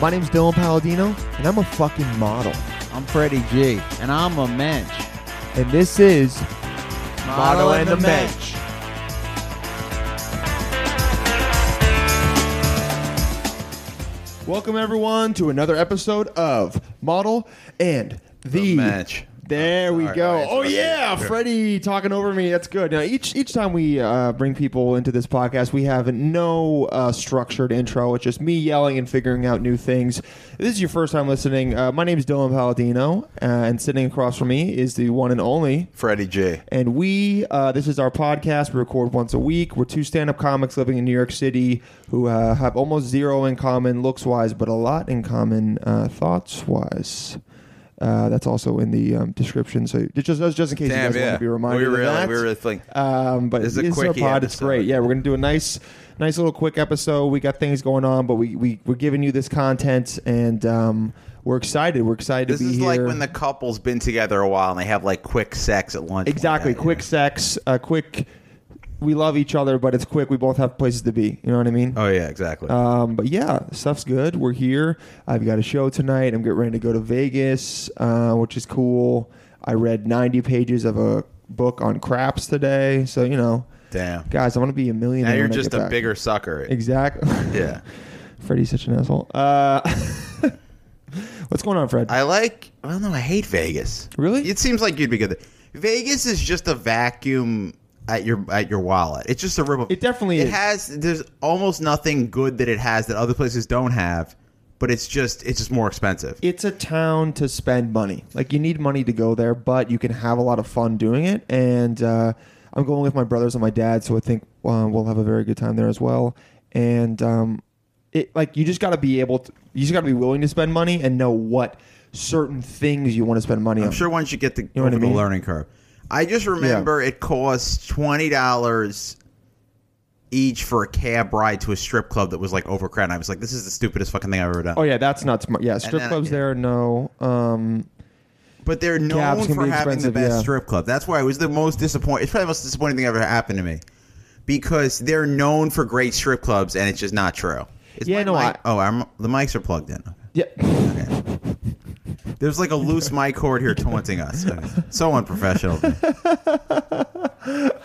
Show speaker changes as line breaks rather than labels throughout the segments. My name's Dylan Palladino, and I'm a fucking model.
I'm Freddie G, and I'm a mensch.
And this is
Model and the Mensch.
Welcome everyone to another episode of Model and the,
Match.
There we
Alright,
go.
alright,
oh
okay,
yeah,
sure.
Freddie talking over me. That's good. Now each each time we uh, bring people into this podcast, we have no uh, structured intro. It's just me yelling and figuring out new things. If this is your first time listening. Uh, my name is Dylan Palladino, uh, and sitting across from me is the one and only
Freddie J.
and we uh, this is our podcast we record once a week we're two stand-up comics living in new york city who uh, have almost zero in common looks wise but a lot in common uh, thoughts wise uh, that's also in the um, description so it's just, that's just in case you
Damn,
guys want
yeah.
to be reminded
we
of
really,
that.
we really think.
Um, but
This
this
is a
is our
quickie
pod. It's
episode.
great. Yeah, we're gonna do a nice, nice little quick episode. We got things going on, but we we we're giving you this content, and um, we're excited. We're excited
This
to be
is
here.
like when the couple's been together a while and they have like quick sex at lunch.
Exactly.
Like that,
quick
yeah.
sex, uh, quick. We love each other, but it's quick. We both have places to be. You know what I mean?
Oh yeah, exactly.
Um, but yeah, stuff's good. We're here. I've got a show tonight. I'm getting ready to go to Vegas, uh, which is cool. I read 90 pages of a book on craps today. So, you know,
Damn.
guys, I'm going to be a millionaire.
now you're
when I
just
get
a
back.
bigger sucker.
Exactly.
Yeah.
Freddie's such an asshole. Uh, what's going on, Fred?
I like. Well, no, I hate Vegas.
Really?
It seems like you'd be good. There. Vegas is just a vacuum at your at your wallet. It's just a room. of-
It definitely
it
is.
has. There's almost nothing good that it has that other places don't have. But it's just it's just more expensive.
it's a town to spend money. Like you need money to go there, but you can have a lot of fun doing it. And uh, I'm going with my brothers and my dad, so I think uh, we'll have a very good time there as well. And um, it like you just got to be able to, you just got to be willing to spend money and know what certain things you want to spend money on.
I'm sure once you get the,
know what
over
I mean?
the learning curve. I just remember it cost twenty dollars each for a cab ride to a strip club that was like overcrowded. I was like, this is the stupidest fucking thing I've ever done.
Oh yeah, that's not smart. Yeah, strip
then-
clubs there, no. Um,
But they're
Cabs
known
can
for
be
having the
expensive,
best
yeah.
strip club. That's why it was the most disappointing. It's probably the most disappointing thing ever happened to me because they're known for great strip clubs, and it's just not true. Is
Yeah,
my
no,
mic-
I-
oh, I'm, the mics are plugged in.
yeah.
There's like a loose mic cord here taunting us. So unprofessional.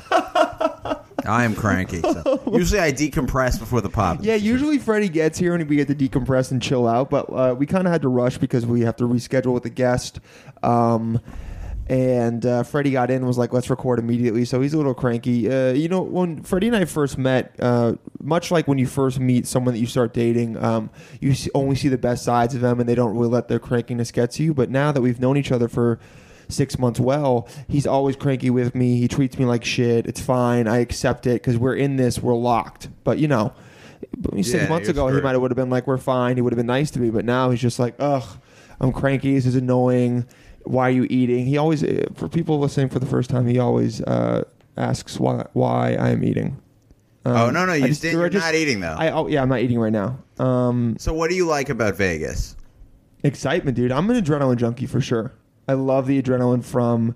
I am cranky. so. Usually, I decompress before the pop.
Yeah, usually Freddie gets here and we get to decompress and chill out, but uh, we kind of had to rush because we have to reschedule with a guest. Um, and uh, Freddie got in and was like, let's record immediately. So he's a little cranky. Uh, you know, when Freddie and I first met, uh, much like when you first meet someone that you start dating, um, you s- only see the best sides of them and they don't really let their crankiness get to you. But now that we've known each other for six months well he's always cranky with me he treats me like shit it's fine i accept it because we're in this we're locked but you know six
Yeah,
months
he was
ago he
very-
might have would have been like we're fine he would have been nice to me but now he's just like ugh i'm cranky this is annoying why are you eating he always eh, for people listening for the first time he always uh, asks why why i'm eating Um,
oh no, no,
I
you
just-
did,
or I
you're
just-
not eating though.
i oh yeah i'm not eating right now um
so, what do you like about Vegas?
excitement dude i'm an adrenaline junkie for sure i love the adrenaline from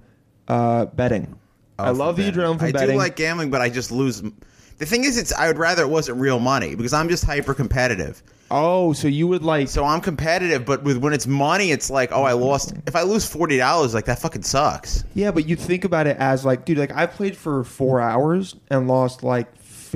uh betting i
Oh, for
love the
betting.
adrenaline from
I
betting
do like gambling, but I just lose. The thing is, it's I would rather it wasn't real money because I'm just hyper competitive.
oh so you would like
So I'm competitive, but with when it's money, it's like, oh, I lost. If I lose forty dollars, like that fucking sucks.
Yeah, but you think about it as like, dude, like I played for four hours and lost like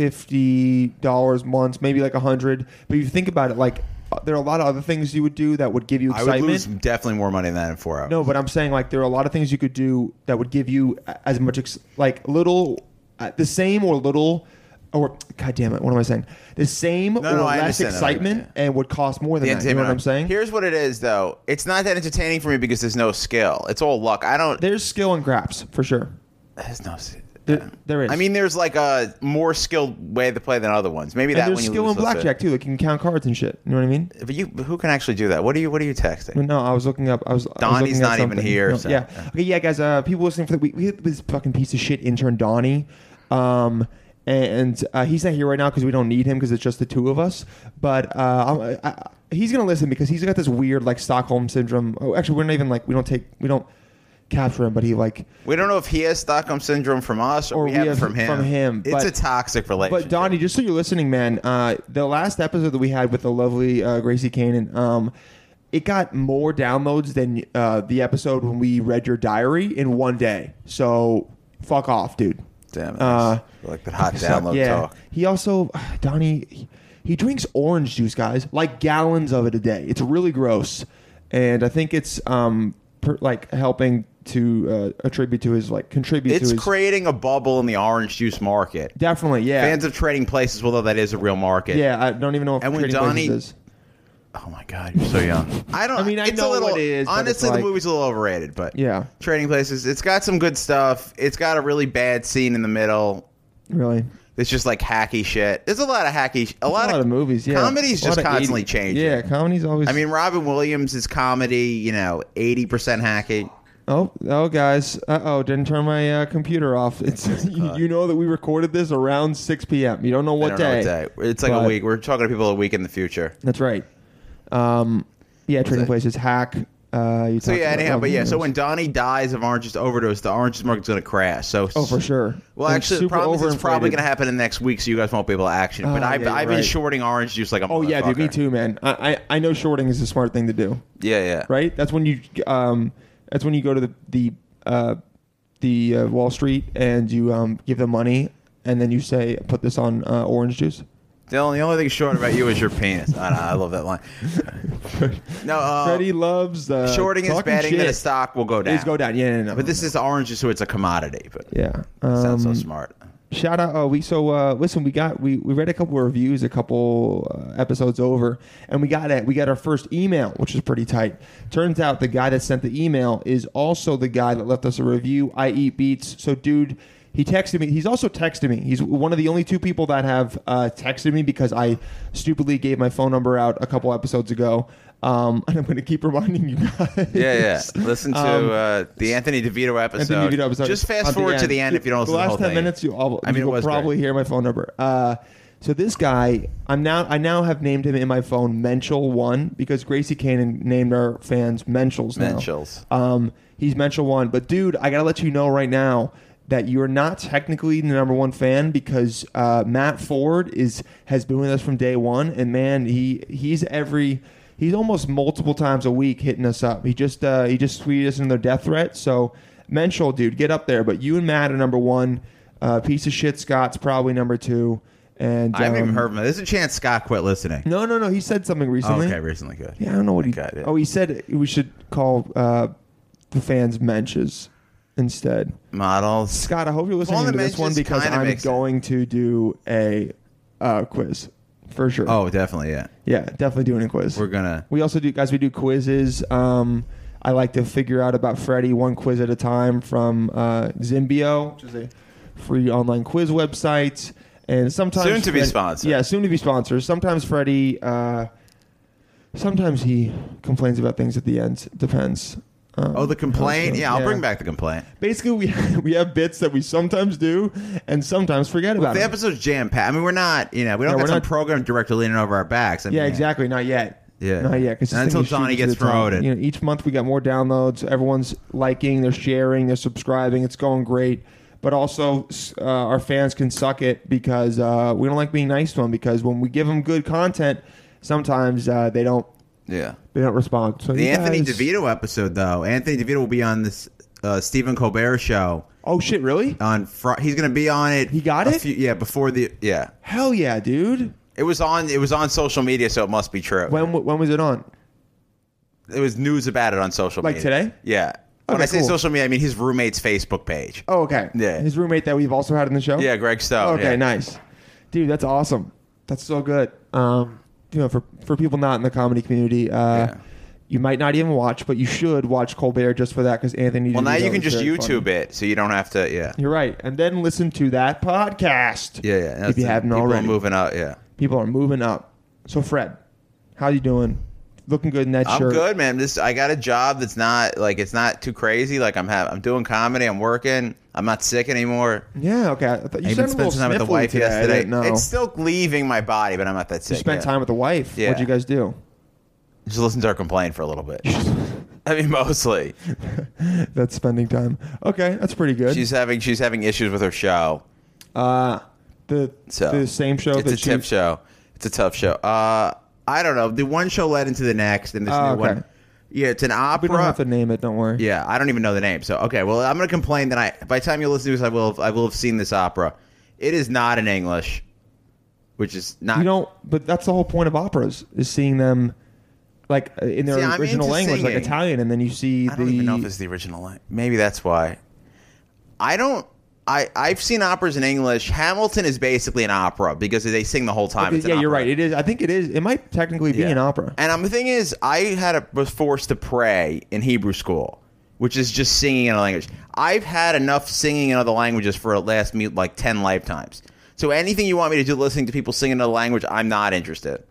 fifty dollars once, maybe like a hundred. But you think about it, like uh, there are a lot of other things you would do that would give you
I
excitement.
would lose definitely more money than that in four hours.
No, but I'm saying like there are a lot of things you could do that would give you a- as much ex- like little, uh, the same or little, or god damn it, what am I saying? The same or
no, I
less
understand that argument,
excitement and would cost more than
The
that. You know what
entertainment-
I'm saying?
Here's what it is, though. It's not that entertaining for me because there's no skill. It's all luck. I don't.
There's skill in craps for sure.
There's no. s-
There, there is.
I mean, there's like a more skilled way to play than other ones. Maybe that
and
when
there's
you
skill
lose,
in
that's it.
blackjack too. Like you can count cards and shit. You know what I mean?
But you, who can actually do that? What are you? What are you texting?
No, I was looking up. I was. I was
Donnie's
looking at
not even
something.
here,
No,
so-
Yeah. Okay. Yeah, guys. Uh, people listening for the we, we hit this fucking piece of shit intern Donnie, um, and uh, he's not here right now because we don't need him because it's just the two of us. But uh, I, I, he's gonna listen because he's got this weird like Stockholm syndrome. Oh, actually, we're not even like we don't take we don't. capture him, but he like
We don't know if he has Stockholm syndrome from us or,
Or
we,
we
have,
have
it from him.
from him,
It's
but-
a toxic relationship.
But Donnie, just so you're listening, man, uh, the last episode that we had with the lovely uh, Gracie Kanan, um, it got more downloads than uh, the episode when we read your diary in one day. So fuck off, dude.
Damn it.
Uh,
like the hot
so,
download
yeah.
talk.
He also, Donnie, he- he drinks orange juice, guys, like gallons of it a day. It's really gross, and I think it's um per, like helping to uh, attribute to his like contribute
It's
to his
creating a bubble in the orange juice market.
definitely yeah
Fans of trading places, although that is a real market.
yeah. I don't even know if
And when
Trading Places
Donnie-
is.
Oh my god, you're so young. I don't.
I mean, I
it's
know
a little,
what it is, but it's
Honestly,
like-
the movie's a little overrated, but
Yeah.
Trading Places. It's got some good stuff. It's got a really bad scene in the middle.
Really?
It's just like hacky shit. There's a lot of hacky. sh- A lot,
a lot of movies, yeah.
Comedy's
A lot
just
of
constantly
80
changing.
Yeah, comedy's always.
I mean, Robin Williams' comedy, you know, eighty percent hacky.
oh, oh, guys, uh oh, didn't turn my uh, computer off. It's you, you know that we recorded this around 6 p.m. You don't know
I
what,
don't
day.
Know what day. It's like
But-
a week. We're talking to people a week in the future.
That's right. Um, yeah, trading
that?
places hack. Uh, you
So
talked
yeah,
about
anyhow,
Robin
but yeah, so
Williams.
when Donnie dies of orange juice overdose, the orange juice market's gonna crash. So
oh for sure.
Well,
And
actually, the
super
problem is it's probably
overinflated.
going to happen in the next week, so you guys won't be able to action. it. But
Ah,
I've,
yeah,
I've
you're
been
right.
shorting orange juice like a
Oh yeah, dude, me
motherfucker.
too, man. I, I I know shorting is the smart thing to do,
Yeah, yeah.
right? That's when you um, that's when you go to the the uh, the uh, Wall Street and you um give them money and then you say put this on uh, orange juice.
Dylan, the only thing short about you is your penis. I, know, I love that line. No, uh,
Freddie loves uh,
shorting is
talking
betting
shit.
that a stock will go down.
It's go down. Yeah, no, no, no.
But this is orange juice, so it's a commodity. But
yeah.
it sounds
Um,
so smart.
Shout out! Oh, we so uh, listen. We got we, we read a couple of reviews, a couple uh, episodes over, and we got it. We got our first email, which is pretty tight. Turns out the guy that sent the email is also the guy that left us a review. I eat beats. So, dude, he texted me. He's also texted me. He's one of the only two people that have uh, texted me because I stupidly gave my phone number out a couple episodes ago. Um, and I'm going to keep reminding you guys.
Yeah, yeah. Listen to
Um,
uh, the Anthony DeVito episode.
Anthony DeVito episode.
Just fast
At
forward to the end if you don't
The
listen to the
last
whole
ten
thing.
minutes, you all.
I mean, it
you will
was great.
probably hear my phone number. Uh, so this guy, I'm now. I now have named him in my phone Menchel One because Gracie Cannon named our fans Menchels. Now.
Menschels.
Um, he's Menchel One, but dude, I gotta let you know right now that you're not technically the number one fan because uh, Matt Ford is has been with us from day one, and man, he he's every. He's almost multiple times a week hitting us up. He just uh, he just tweeted us another death threat. So Menschel, dude, get up there. But you and Matt are number one. Uh, piece of shit Scott's probably number two. And
I haven't even
um,
heard from him. There's a chance Scott quit listening.
No, no, no. He said something
Oh,
recently.
okay, recently. Good.
Yeah, I don't know what he.
Got it.
Oh, he said we should call uh, the fans menches instead.
Models.
Scott, I hope you're listening
Calling
to
them
this one
menches
because
kinda
I'm
makes
going to do a uh, quiz for sure.
Oh, definitely. Yeah.
yeah, definitely doing a quiz.
We're going to.
we also do, guys. We do quizzes. Um, I like to figure out about Freddie one quiz at a time from uh, Zimbio, which is a free online quiz website. And sometimes
Soon to be
Fred-
sponsored.
Yeah, soon to be sponsored. Sometimes Freddie, uh, sometimes he complains about things at the end. Depends. Um,
Oh, the complaint.
how it's
Yeah, I'll
going.
bring back the complaint.
Basically, we we have bits that we sometimes do and sometimes forget about.
The
'em.
episode's jam packed. I mean, we're not, you know, we don't
Yeah,
got
we're
some
not-
program director leaning over our backs. I
Yeah,
mean,
exactly. Not yet.
Yeah.
Not yet. 'cause this
Not
thing
until
is shooting
Johnny
to
gets
the top.
promoted.
You know, each month we got more downloads. Everyone's liking, they're sharing, they're subscribing. It's going great. But also, s- uh, our fans can suck it because uh, we don't like being nice to them. Because when we give them good content, sometimes uh, they don't
Yeah.
they don't respond. So
The
you
Anthony
guys-
DeVito episode, though. Anthony DeVito will be on this uh, Stephen Colbert show
Oh shit! Really?
on Friday. He's going to be on it.
He got
a
it?
Few, yeah, before the yeah.
Hell yeah, dude!
It was on. It was on social media, so it must be true.
When w- when was it on?
it was news about it on social
Like
media.
today?
Yeah. when
Okay,
I say
cool.
social media, I mean his roommate's Facebook page.
Oh, okay.
Yeah.
His roommate that we've also had in the show.
Yeah, Greg Stone.
Okay,
Oh, yeah.
nice, dude. That's awesome. That's so good. Um, you know, for for people not in the comedy community, uh,
Yeah.
you might not even watch, but you should watch Colbert just for that because Anthony.
Well, now
DeVito
you can
is
just
very
YouTube
funny.
it, so you don't have to. Yeah.
You're right, and then listen to that podcast.
Yeah, yeah. that's
if you
it.
haven't
people are
already.
moving out. Yeah.
people are moving up. So Fred, how you doing? Looking good in that
I'm
shirt.
good, man. This I got a job that's not like it's not too crazy. Like I'm have I'm doing comedy. I'm working. I'm not sick anymore.
Yeah. Okay. I thought, you sounded
I even
a
spent
little
some time with the
sniffly
wife
today. I
yesterday.
didn't know.
It's still leaving my body, but I'm not that sick.
you spent
yeah.
time with the wife.
Yeah.
What'd you guys do?
Just listen to her complain for a little bit.
I mean, mostly
That's spending time. Okay, that's pretty good.
she's having she's having issues with her show.
uh, the
So
the same show.
It's
that
a tip
she-
show. It's a tough show. Uh,
I don't know. The one show led into the next, and this
Oh,
new
okay.
one. Yeah, it's an
We
opera.
don't have to name it. Don't worry.
Yeah, I don't even know the name. So okay, well, I'm gonna complain that I by the time you listen to this, I will have, I will have seen this opera. It is not in English, which is not.
You don't. But that's the whole point of operas is seeing them, like uh, in their
See, I'm
original
into
language, like
singing.
Italian, and then you see
I
the.
don't even know if it's the original line. Maybe that's why.
I don't. I I've seen operas in English. Hamilton is basically an opera because they sing the whole time.
Okay,
It's an
yeah, you're
opera.
right. It is. I think it is. It might technically be
Yeah.
an opera.
And um, the thing is, I had a, was forced to pray in Hebrew school, which is just singing in a language. I've had enough singing in other languages for the last me like ten lifetimes. So anything you want me to do, listening to people sing in another language, I'm not interested.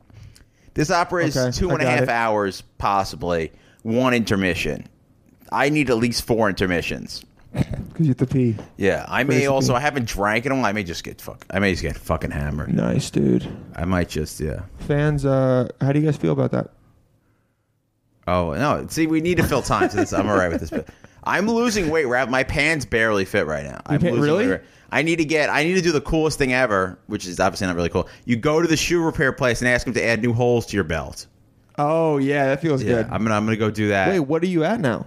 This opera is
Okay,
two
I
and a
got
half
it.
hours, possibly one intermission. I need at least four intermissions.
Because you have to pee.
Yeah,
I may
Basically.
also I haven't drank in a while. I may just get fuck. I may just get fucking hammered.
Nice, dude.
I might just yeah.
Fans, uh, how do you guys feel about that?
Oh no! See, we need to fill time. So this, I'm all right with this. But I'm losing weight. Rap. My pants barely fit right now. I'm
can't-
losing
really?
weight. I need to get. I need to do the coolest thing ever, which is obviously not really cool. You go to the shoe repair place and ask them to add new holes to your belt.
Oh yeah, that feels
Yeah,
good.
I'm gonna. I'm gonna go do that.
Wait, what are you at now?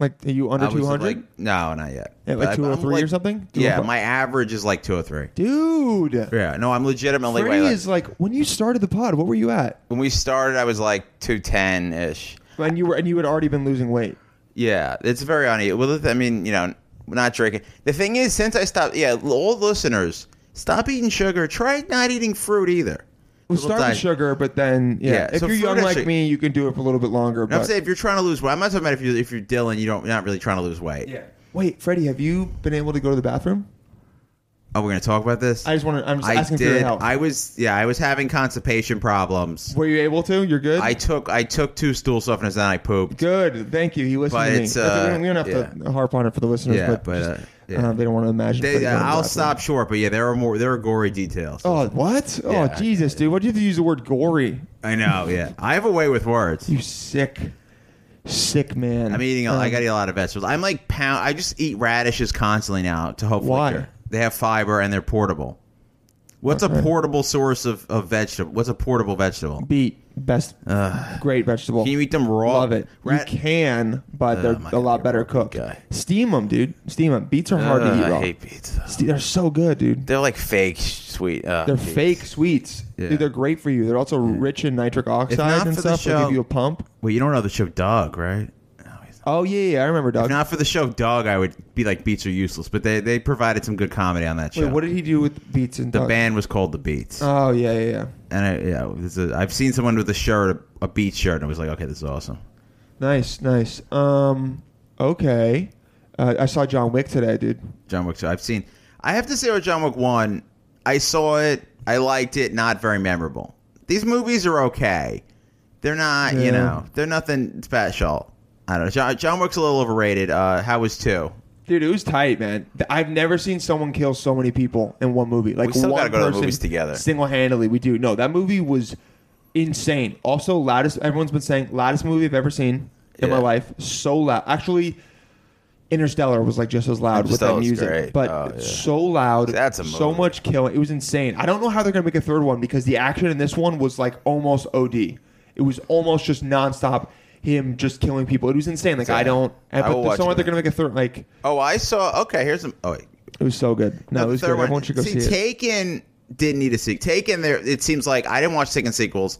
Like, are you under
I was
two hundred?
Like, no, not yet.
At, like,
I'm-
203
I'm
or something?
Yeah,
205.
my average is like 203.
dude.
Yeah, no, I'm legitimately.
Freddie
way like-
is like when you started the pod. What were you at?
when we started, I was like 210 ish.
And you were and you had already been losing weight.
Yeah, it's very uneven. Well, the th- I mean, you know, not drinking. The thing is, since I stopped, yeah, l- all listeners, stop eating sugar. Try not eating fruit either.
We
Little
started
diet.
sugar, but then yeah.
Yeah,
if
so
you're
food
young
actually-
like me, you can do it for a little bit longer.
And I'm
but-
saying if you're trying to lose weight, I'm not talking about if you if you're Dylan, you don't you're not really trying to lose weight.
Wait, Freddie, have you been able to go to the bathroom?
Oh, we're gonna talk about this.
I just want to. I'm just
I
asking for your
did.
help.
I was yeah, I was having constipation problems.
were you able to? You're good.
I took I took two stool softeners and I pooped.
good. Thank you. He listened
But
to me.
it's,
That's- we,
uh,
don't, we don't have to harp on it for the listeners,
Yeah,
but,
but,
just,
uh, yeah.
uh, they don't want to imagine.
They,
Freddie going to the
I'll
bathroom.
stop short, but yeah, there are more there are gory details.
Oh, what? Oh,
Yeah.
Jesus, dude. Why'd you have to use the word gory?
I know. Yeah, I have a way with words.
You sick, sick man.
I'm eating. A, I
Um,
got to eat a lot of vegetables. I'm like pound. I just eat radishes constantly now to hopefully
Why?
cure. They have fiber and they're portable. What's
Okay.
a portable source of, of vegetable? What's a portable vegetable?
beet. Best, great vegetable.
Can you eat them raw?
Love it.
Rat-
you can, but
Uh,
they're
I'm not
a
gonna
lot
be a
better
raw
cooked.
beet guy. Ah,
Steam them, dude. Steam them. Beets are hard to
Ugh,
eat raw.
I hate beets. though.
Ste- they're so good, dude.
They're like fake sweet. Uh,
They're
beets.
fake sweets.
Yeah.
Dude, they're great for you. They're also rich in nitric
not
oxide and
for the
stuff. They
show-
give you a pump.
Well, you don't know the show Doug, right? No, he's-
Oh yeah, yeah, I remember
If
Doug.
not for the show Doug, I would be like beats are useless. But they, they provided some good comedy on that show.
Wait, what did he do with beets and
the
Doug?
band was called the Beats,
Oh yeah, yeah, yeah.
and I, yeah, this is- I've seen someone with a shirt, a, a Beats shirt, and I was like, okay, this is awesome.
Nice, nice. Um, okay. Uh, I saw John Wick today, dude.
John Wick. So I've seen. I have to say, with John Wick one, I saw it. I liked it. Not very memorable. These movies are okay. They're not.
Yeah.
You know, they're nothing special. I don't know. John, John Wick's a little overrated. Uh, how was two?
Dude, it was tight, man. Th- I've never seen someone kill so many people in one movie. Like
We still
one
gotta go to the
person
movies together.
Single-handedly, we do. No, that movie was insane. Also, loudest. Everyone's been saying loudest movie I've ever seen in my
Yeah.
life. So loud. Actually, Interstellar was like just as loud with that
Interstellar's
music,
great.
but
Oh, yeah.
so loud.
That's a
so
movie.
much killing. It was insane. I don't know how they're gonna make a third one because the action in this one was like almost OD. It was almost just nonstop. Him just killing people. It was insane. Like
Yeah.
I don't.
I will
but
watch
someone
it.
they're gonna make a third like.
Oh, I saw. Okay, here's some. Oh, wait.
It was so good. No,
The
it was
third
good.
one-
Everyone should go see, it.
Taken didn't need a sequel. Taken, there. It seems like I didn't watch Taken sequels.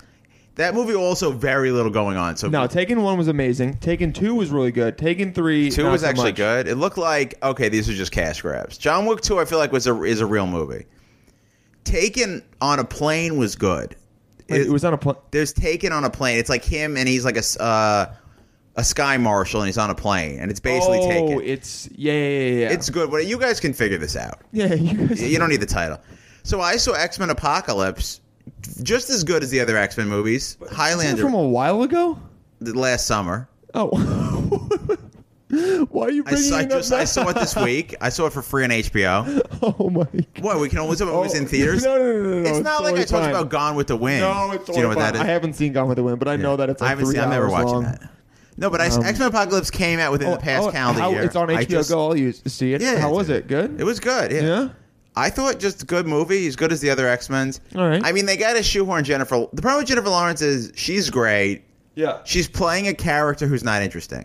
That movie also very little going on. So
No, Taken one was amazing. Taken two was really good. Taken three,
two
not
was
so
actually
much.
good. It looked like okay, these are just cash grabs.
John Wick two, I feel like was a is a real movie. Taken on a plane was good.
Like, it, was on a plane.
there's taken on a plane. It's like him and he's like a s- uh, a sky marshal and he's on a plane and it's basically
oh,
taken.
it's yeah, yeah, yeah, yeah.
It's good. Well, you guys can figure this out.
yeah. You guys,
Y- You don't need the title. So I saw X Men Apocalypse, just as good as the other X Men movies.
Isn't that
Highlander
from a while ago.
the last summer.
Oh, why are you
I
bringing
saw, I
it up
just I saw it this
now?
week. I saw it for free on HBO.
Oh my god!
What we can only see it was in theaters.
Oh, No, no, no, no, no.
It's not like
totally
I talked
fine.
about Gone with the Wind.
No, it's
Do you know
totally
what that
fine.
is?
I haven't seen Gone with the Wind, but I know that it's like
I haven't
three
seen. I'm never
hours
watching
long. Um,
that. No, but I X Men Apocalypse came out within the past
Oh,
calendar
how-
year.
It's on
I
HBO
just-
Go. I'll use see it.
Yeah,
how
it's-
was it? Good.
It was good. Yeah.
Yeah?
I thought just a good movie, as good as the other X Men's.
All right.
I mean, they got to shoehorn Jennifer. The problem with Jennifer Lawrence is she's great.
yeah.
She's playing a character who's not interesting.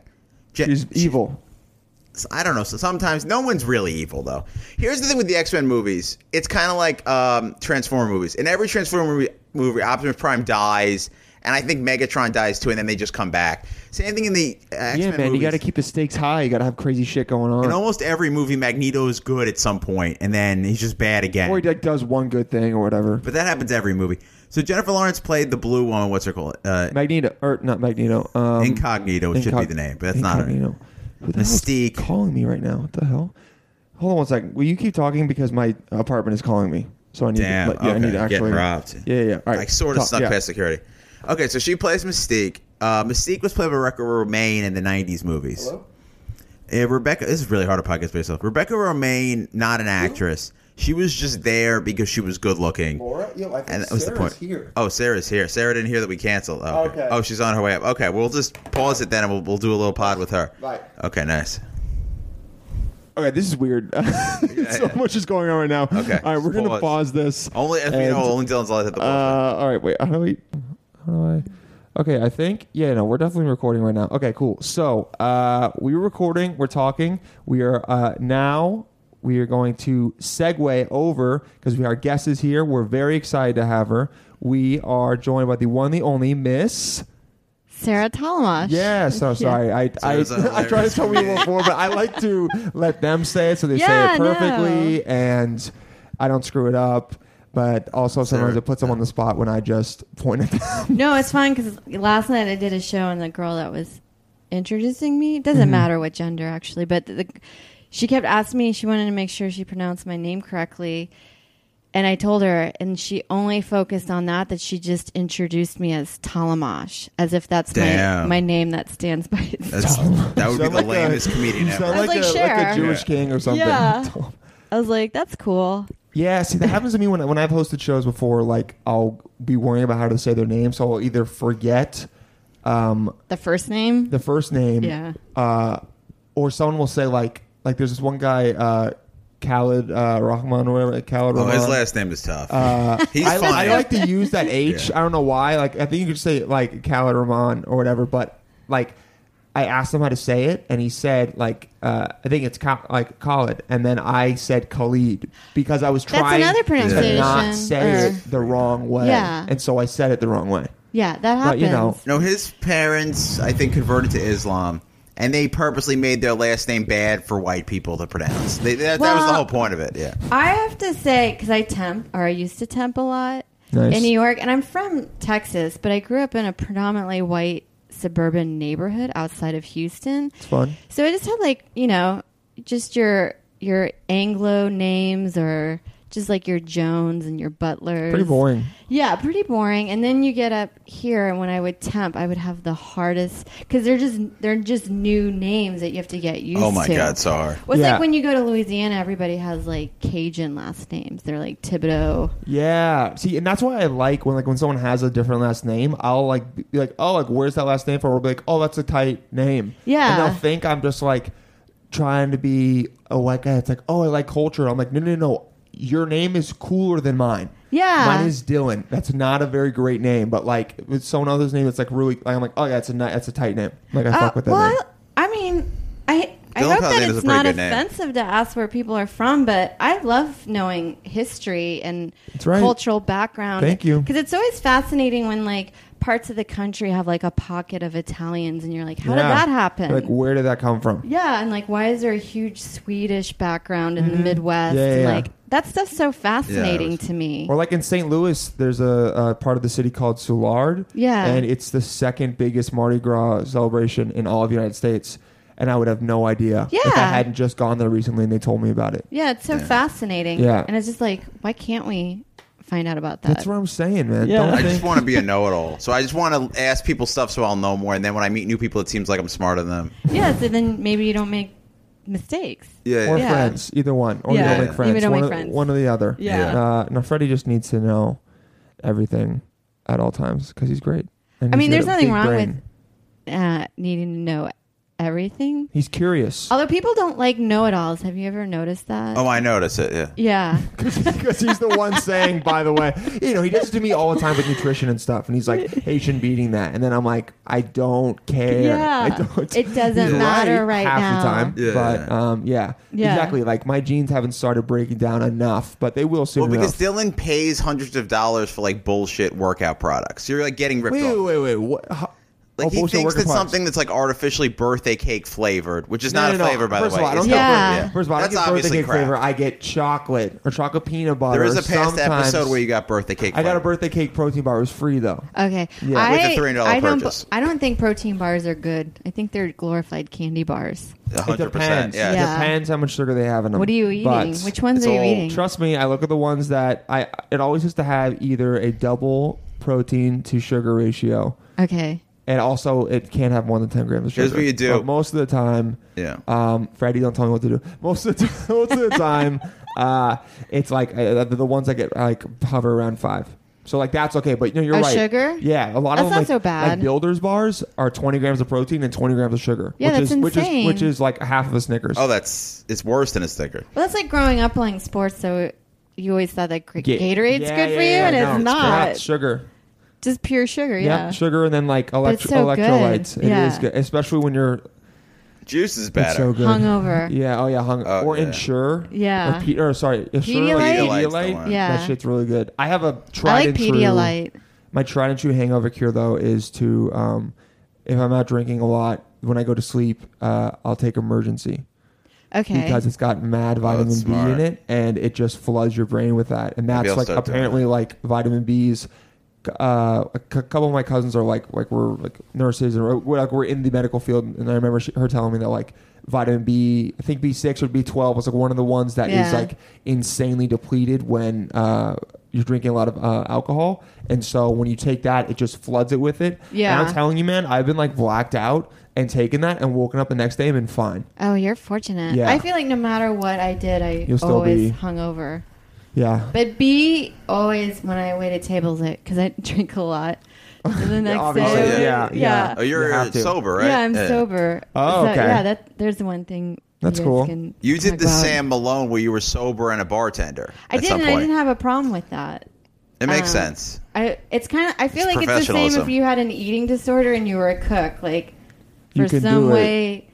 Je-
She's
she-
evil.
I don't know. So sometimes no one's really evil though. Here's the thing with the X Men movies. It's kind of like um, Transformer movies. In every Transformer movie, movie, Optimus Prime dies, and I think Megatron dies too, and then they just come back. Same thing in the uh, X Men
yeah, man.
Movies. oh,
You got to keep the stakes high. You got to have crazy shit going on.
in almost every movie, Magneto is good at some point, and then he's just bad again.
or he like, does one good thing or whatever.
But that happens every movie. So Jennifer Lawrence played the blue woman. What's her called? Uh,
Magneto or not Magneto? Um,
Incognito should be the name, but that's not her.
Incognito. Who the hell is
Mystique.
calling me right now? What the hell? Hold on one second. Will you keep talking because my apartment is calling me? So I need.
Damn.
To, like, yeah, I
okay.
need to actually.
Getting robbed.
Yeah, yeah. yeah. All right.
Like sort of
Talk-
snuck
yeah.
past security. Okay, so she plays Mystique. Uh, Mystique was played by Rebecca Romaine in the '90s movies. Uh, Rebecca, this is really hard to podcast by yourself. Rebecca Romaine, not an actress. She was just there because she was good looking. And that was the point. Oh, Sarah's here. Sarah didn't hear that we canceled. Oh, okay.
Okay.
Oh, she's on her way up. Okay, we'll just pause it then, and we'll, we'll do a little pod with her.
Right.
Okay, nice.
Okay, this is weird. so
yeah.
much is going on right now.
Okay,
All right, we're gonna
pause.
pause this.
Only as we
and-
know, only Dylan's allowed to hit the ball.
Uh, all right, wait. How do we? How do I? Okay, I think yeah. No, we're definitely recording right now. Okay, cool. So uh, we're recording. We're talking. We are uh, now. We are going to segue over because we our guest is here. We're very excited to have her. We are joined by the one, the only Miss.
Sarah Talamash.
Yes, I'm sorry. I I,
Sarah's a
I tried to tell people
hilarious-
before, but I like to let them say it so they say
Yeah,
it
no.
perfectly, and I don't screw it up. But also sometimes
Sarah-
it puts them on the spot when I just point at them.
No, it's fine because last night I did a show and the girl that was introducing me it doesn't
Mm-hmm.
matter what gender actually, but the, she kept asking me. She wanted to make sure she pronounced my name correctly, and I told her, and she only focused on that. That she just introduced me as Talamash, as if that's
Damn.
my my name that stands by
That's, that would
itself.
be
Sound
the
like a-
lamest comedian
You
ever.
sound
I was
like,
like,
a, like a
Cher.
Jewish
Yeah.
king or something.
Yeah. I was like, that's cool.
Yeah, see that happens to me when when I've hosted shows before. Like I'll be worrying about how to say their name, so I'll either forget um,
The first name.
the first name.
Yeah.
Uh, or someone will say like like there's this one guy uh, Khaled uh, Rahman or whatever Khaled
Oh,
Rahman.
his last name is tough.
Uh,
He's
I,
funny.
I like to use that H.
Yeah.
I don't know why. Like I think you could say like Khaled Rahman or whatever, but like I asked him how to say it, and he said like uh, I think it's Ka- like Khaled, and then I said Khalid because I was
That's
trying
another
to
pronunciation,
not say
or-
it the wrong way,
Yeah.
and so I said it the wrong way.
Yeah, that
But,
happens.
you know,
no, his parents, I think, converted to Islam, and they purposely made their last name bad for white people to pronounce. They, that, that was the
Well-
whole point of it. Yeah.
I have to say, because I temp, or I used to temp a lot
Nice.
in New York, and I'm from Texas, but I grew up in a predominantly white suburban neighborhood outside of Houston. It's
fun.
So I just had like you know, just your your Anglo names or just like your Jones and your Butlers.
Pretty boring.
Yeah, pretty boring. And then you get up here, and when I would temp, I would have the hardest because they're just they're just new names that you have to get used to.
Oh my God, so hard.
Well, it's
Yeah.
like when you go to Louisiana, everybody has like Cajun last names. They're like Thibodeau.
Yeah. See, and that's why I like when like when someone has a different last name, I'll like be like, oh, like where's that last name from? Or be like, oh, that's a tight name.
Yeah.
And they'll think I'm just like trying to be a white guy. It's like, oh, I like culture. I'm like, no, no, no. Your name is cooler than mine.
Yeah.
Mine is Dylan. That's not a very great name, but like with someone else's name, it's like really. Like, I'm like, oh yeah, it's a ni- that's a tight name. Like I fuck with that
Uh, Oh, well,
name.
I mean, I I
Dylan Paladin
hope that
is a
it's
pretty
not
good name.
offensive to ask where people are from, but I love knowing history and
That's right.
cultural background.
Thank you.
Because it's always fascinating when like parts of the country have like a pocket of Italians, and you're like, how
Yeah.
did that happen?
Like, where did that come from?
yeah, and like, why is there a huge Swedish background in the
Mm-hmm.
Midwest?
Yeah, yeah,
And,
yeah.
Like that stuff's so fascinating
was-
to me.
Or like in St. Louis, there's a, a part of the city called Soulard.
Yeah.
And it's the second biggest Mardi Gras celebration in all of the United States. And I would have no idea if I
Yeah.
hadn't just gone there recently and they told me about it.
Yeah, it's so fascinating.
Yeah.
And it's just like, why can't we find out about that?
That's what I'm saying, man.
Yeah.
Don't
I just
think-
want to be a know-it-all, so I just want to ask people stuff so I'll know more. And then when I meet new people, it seems like I'm smarter than them.
yeah, so then maybe you don't make mistakes.
Yeah.
or
Yeah.
friends, either one. Or
Yeah.
you don't
Yeah.
make friends.
You don't
one,
make
or,
friends.
one or the other.
Yeah.
Yeah.
Uh, now, Freddie just needs to know everything at all times because he's great. And he's
I mean,
got
there's
a
nothing
big
wrong
brain.
with uh, needing to know everything.
He's curious
Although people don't like know-it-alls. Have you ever noticed that?
Oh, I noticed it. Yeah.
Yeah.
because he's the one saying, by the way, you know, he does it to me all the time with nutrition and stuff. And he's like, hey, you shouldn't be eating that. And then I'm like, I don't care.
Yeah.
I don't.
It doesn't
He's
matter right
half
now.
the time.
Yeah.
But um, yeah,
Yeah.
exactly. Like my genes haven't started breaking down enough, but they will soon
Well, because
enough.
Dylan pays hundreds of dollars for like bullshit workout products. You're like getting ripped
Wait,
off.
wait, wait, wait. What? How,
Like
oh,
he
bullshit
thinks
worker
it's
products.
something that's like artificially birthday cake flavored, which is
No,
not
no,
a
no.
flavor, by the
First
way.
Of all, I don't
It's
get
Yeah.
birthday-
Yeah.
First of all, I
That's
don't get birthday
obviously
cake
crap.
flavor. I get chocolate or chocolate peanut butter.
There is a past
Sometimes-
episode where you got birthday cake.
I got a
flavored.
birthday cake protein bar. It was free though.
Okay.
Yeah.
I,
With the $300
I don't,
purchase.
I don't think protein bars are good. I think they're glorified candy bars.
A
It
hundred percent.
depends.
Yeah.
Yeah.
It depends how much sugar they have in them.
What are you eating?
But-
Which ones
it's
are you
all-
eating?
Trust me, I look at the ones that I. It always has to have either a double protein to sugar ratio,
okay.
and also it can't have more than ten grams of sugar.
Here's what you do.
But most of the time,
Yeah.
Um, Freddie, don't tell me what to do. Most of the time, most of the time, uh, it's like uh, the, the ones that get like hover around five. So like that's okay, but you know, you're
Oh,
right.
sugar?
yeah. A lot of
That's
them,
not
like,
so bad.
like Builders bars are 20 grams of protein and 20 grams of sugar.
Yeah,
which is,
that's insane.
Which is which is like half of a Snickers.
Oh, that's it's worse than a sticker.
Well, that's like growing up playing sports. So you always thought that gr-
Yeah.
Gatorade's
Yeah,
good
yeah,
for you,
yeah,
and
no,
it's not.
crap, sugar.
Just pure sugar.
Yeah,
Yeah.
sugar and then like
it's
electro-
so good.
electrolytes. It
Yeah.
is good, especially when you're
Juice is
it's so
better.
good.
Hungover.
Yeah. Oh yeah. Hung
Oh,
or
yeah.
Ensure.
Yeah.
Or, Pe- or sorry, Ensure.
Pedialyte?
Pedialyte's the one.
Yeah.
That shit's really good. I have a tried
I like
and true.
Pedialyte.
My tried and true hangover cure though is to um, if I'm out drinking a lot when I go to sleep, uh, I'll take emergency
Okay.
because it's got mad vitamin B
Oh, smart.
in it, and it just floods your brain with that. And that's
I'll
like
start doing
apparently like vitamin B's. Uh, a c- couple of my cousins are like like we're like nurses or we're, like we're in the medical field, and I remember she, her telling me that like vitamin B, I think B six or B twelve was like one of the ones that is
Yeah.
like insanely depleted when uh, you're drinking a lot of uh, alcohol, and so when you take that, it just floods it with it.
Yeah.
and I'm telling you, man, I've been like blacked out and taken that and woken up the next day and been fine.
oh, you're fortunate.
Yeah.
I feel like no matter what I did, I
You'll still
always
be-
hung over.
Yeah,
But B always when I waited tables it because I drink a lot. So the next
obviously,
day,
yeah, yeah.
Oh,
You
you're
have to.
sober, right?
Yeah, I'm sober.
Oh, okay.
Yeah, that there's the one thing. you
That's
guys
cool.
can
You did
talk
the
about.
Sam Malone where you were sober and a bartender.
Oh I
at some
didn't. I
point.
didn't have a problem with that.
it makes
um,
sense.
I it's kind of I feel
It's
like it's the same if
professionalism.
you had an eating disorder and you were a cook. Like
You
for
can
some
do it.
way,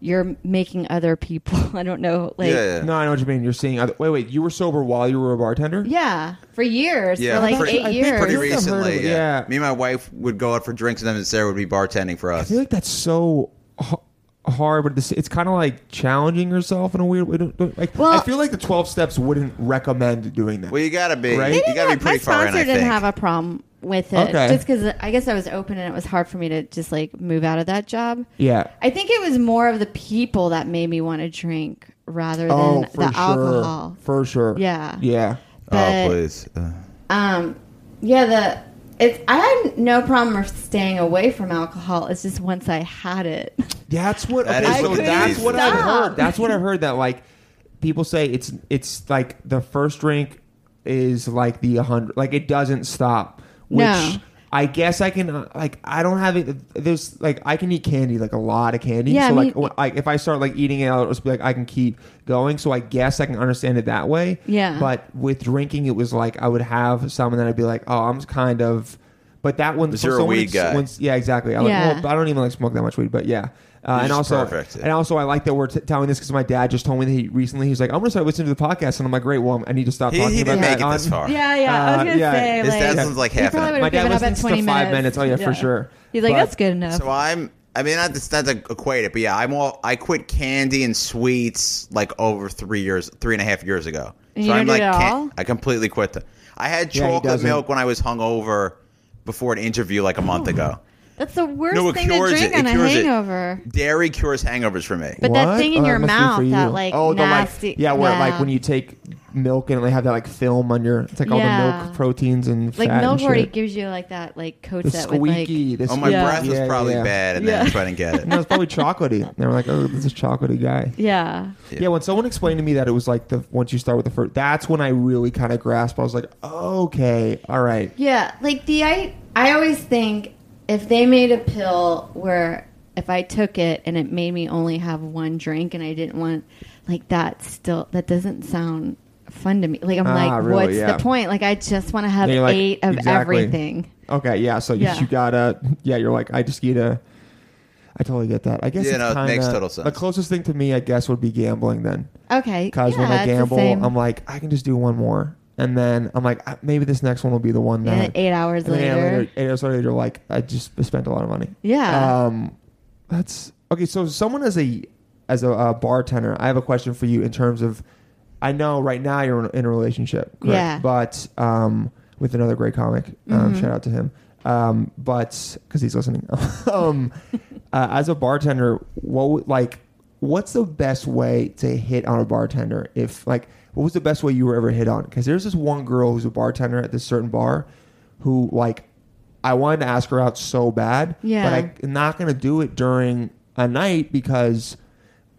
you're making other people. I don't know. Like
yeah, yeah.
No, I know what you mean. You're seeing. Other, wait, wait. You were sober while you were a bartender.
yeah, for years,
Yeah,
for like
pretty-
eight
I think
years.
Pretty
I think I've heard of
recently,
it,
yeah.
yeah.
Me and my wife would go out for drinks, and then Sarah would be bartending for
I
us.
feel like that's so h- hard, but this, it's kind of like challenging yourself in a weird way. Don't- don't- Like,
Well-
I feel like the twelve steps wouldn't recommend doing that.
Well, you gotta be.
Right? They
You
They
gotta
didn't
be pretty
have- my
far in.
sponsor
I
didn't
think.
have a problem with it
Okay.
just because i guess i was open and it was hard for me to just like move out of that job
yeah,
i think it was more of the people that made me want to drink rather than
oh, for
the
sure,
alcohol
for sure.
Yeah.
yeah.
oh
But,
please. Uh,
um yeah the it's i had no problem with staying away from alcohol it's just once i had it
That's what.
That
okay,
is
so
what it
that's
is.
what I've
Stop.
heard. That's what I've heard. That like people say it's it's like the first drink is like the hundred. Like it doesn't stop. Which
No.
I guess I can uh, like I don't have it. There's like I can eat candy like a lot of candy.
Yeah,
so
I
like
mean-
when- like if I start like eating it, I'll just be like I can keep going. So I guess I can understand it that way.
Yeah.
But with drinking, it was like I would have some and then I'd be like, oh, I'm kind of. But that one,
you're a
someone
weed guy.
once- yeah, exactly. I'm
Yeah.
like, well, I don't even like smoke that much weed, but yeah. Uh, and
just
also,
perfect.
and also, I like that we're t- telling this because my dad just told me that he recently he's like, I'm gonna start listening to the podcast, and I'm like, great, well, I need to stop
he
talking
he
about
didn't make
that
it this
on-
far.
yeah yeah i
Uh,
was gonna
yeah.
say
His
like,
dad sounds like
he
half an
probably
hour.
would've
My dad
given up at
listens to
20
five minutes. Oh, yeah, for sure.
he's like
But-
that's good enough
So I'm. I mean, not to, not to equate it, but yeah, I'm all. I quit candy and sweets like over three years, three and a half years ago.
And you don't
I'm
do it
like,
at
can't-
all?
I completely quit them. I had
Yeah, he
chocolate
doesn't.
milk when I was hungover before an interview like a
Oh.
month ago.
that's the worst
No, it
thing to
cures
drink
it. It
on a
cures it.
hangover
Dairy cures hangovers for me.
But that
What?
thing in
Oh,
your
must be for
mouth,
you.
that like
oh,
nasty.
the like, yeah, where
No.
like when you take milk and they have that like film on your, it's like all
Yeah.
the milk proteins and
like
fat
milk
and
already
shit.
gives you like that like coats
the
that with like
squeaky. the
oh, my
squeaky-
breath was
yeah,
probably
yeah.
bad, and
Yeah.
then I didn't get it.
No, it's probably chocolatey. They were like, oh, this is chocolatey guy.
yeah.
Yeah. when someone explained to me that it was like the once you start with the first, that's when I really kind of grasped. I was like, okay, all right.
Yeah, like the I I always think if they made a pill where if I took it and it made me only have one drink and I didn't want like that still that doesn't sound fun to me. Like I'm
Ah,
like,
really?
what's
Yeah.
the point? Like I just want to have
You're like,
eight of
exactly.
everything.
Okay, yeah. So you,
Yeah.
you gotta, yeah. You're like, I just need a. I totally get that. I guess
Yeah,
it's
no, it
kinda,
makes total sense.
The closest thing to me, I guess, would be gambling then,
Okay.
because
yeah,
when I
it's the
gamble,
same.
I'm like, I can just do one more, and then I'm like, "Ah, maybe this next one will be the one
And
that.
then eight hours
and then
later.
eight hours later, you're like, I just spent a lot of money.
Yeah.
Um, that's okay. So someone as a as a uh, bartender, I have a question for you in terms of, I know right now you're in- in a relationship, correct?
Yeah.
But um, with another great comic, um, shout out to him. Um, but because he's listening, um, uh, as a bartender, what would- like what's the best way to hit on a bartender? If like what was the best way you were ever hit on? Because there's this one girl who's a bartender at this certain bar, who like I wanted to ask her out so bad,
Yeah.
but I I'm not going to do it during a night because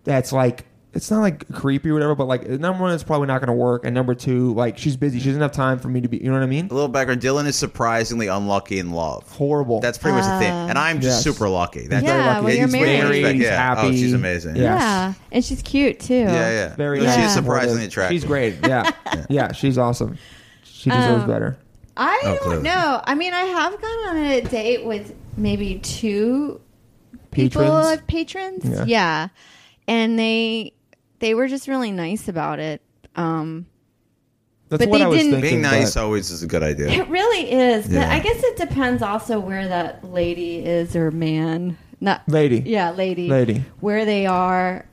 that's like it's not like creepy or whatever. But like number one, it's probably not going to work, and number two, like she's busy, she doesn't have time for me to be. You know what I mean?
A little background: Dylan is surprisingly unlucky in love.
Horrible.
That's pretty much the thing, and I'm just
Yes.
super lucky. That's
Yeah, well, you're
it's what you
married.
expect.
Married,
Yeah. Oh,
happy.
she's amazing.
Yeah. yes.
Yeah. And she's cute too.
yeah, yeah.
very.
No,
Yeah.
She's
supportive.
surprisingly attractive.
She's great. Yeah, yeah, she's awesome. She deserves
Um,
better.
I
Oh,
don't
clearly.
know. I mean, I have gone on a date with maybe two people
Patrons?
of patrons.
Yeah.
Yeah. And they they were just really nice about it. Um
That's
but
what
they
I was
didn't-
thinking.
Being nice uh,
but-
always is a good idea.
it really is. But
Yeah.
I guess it depends also where that lady is or man. Not
lady.
Yeah, lady.
Lady.
Where they are.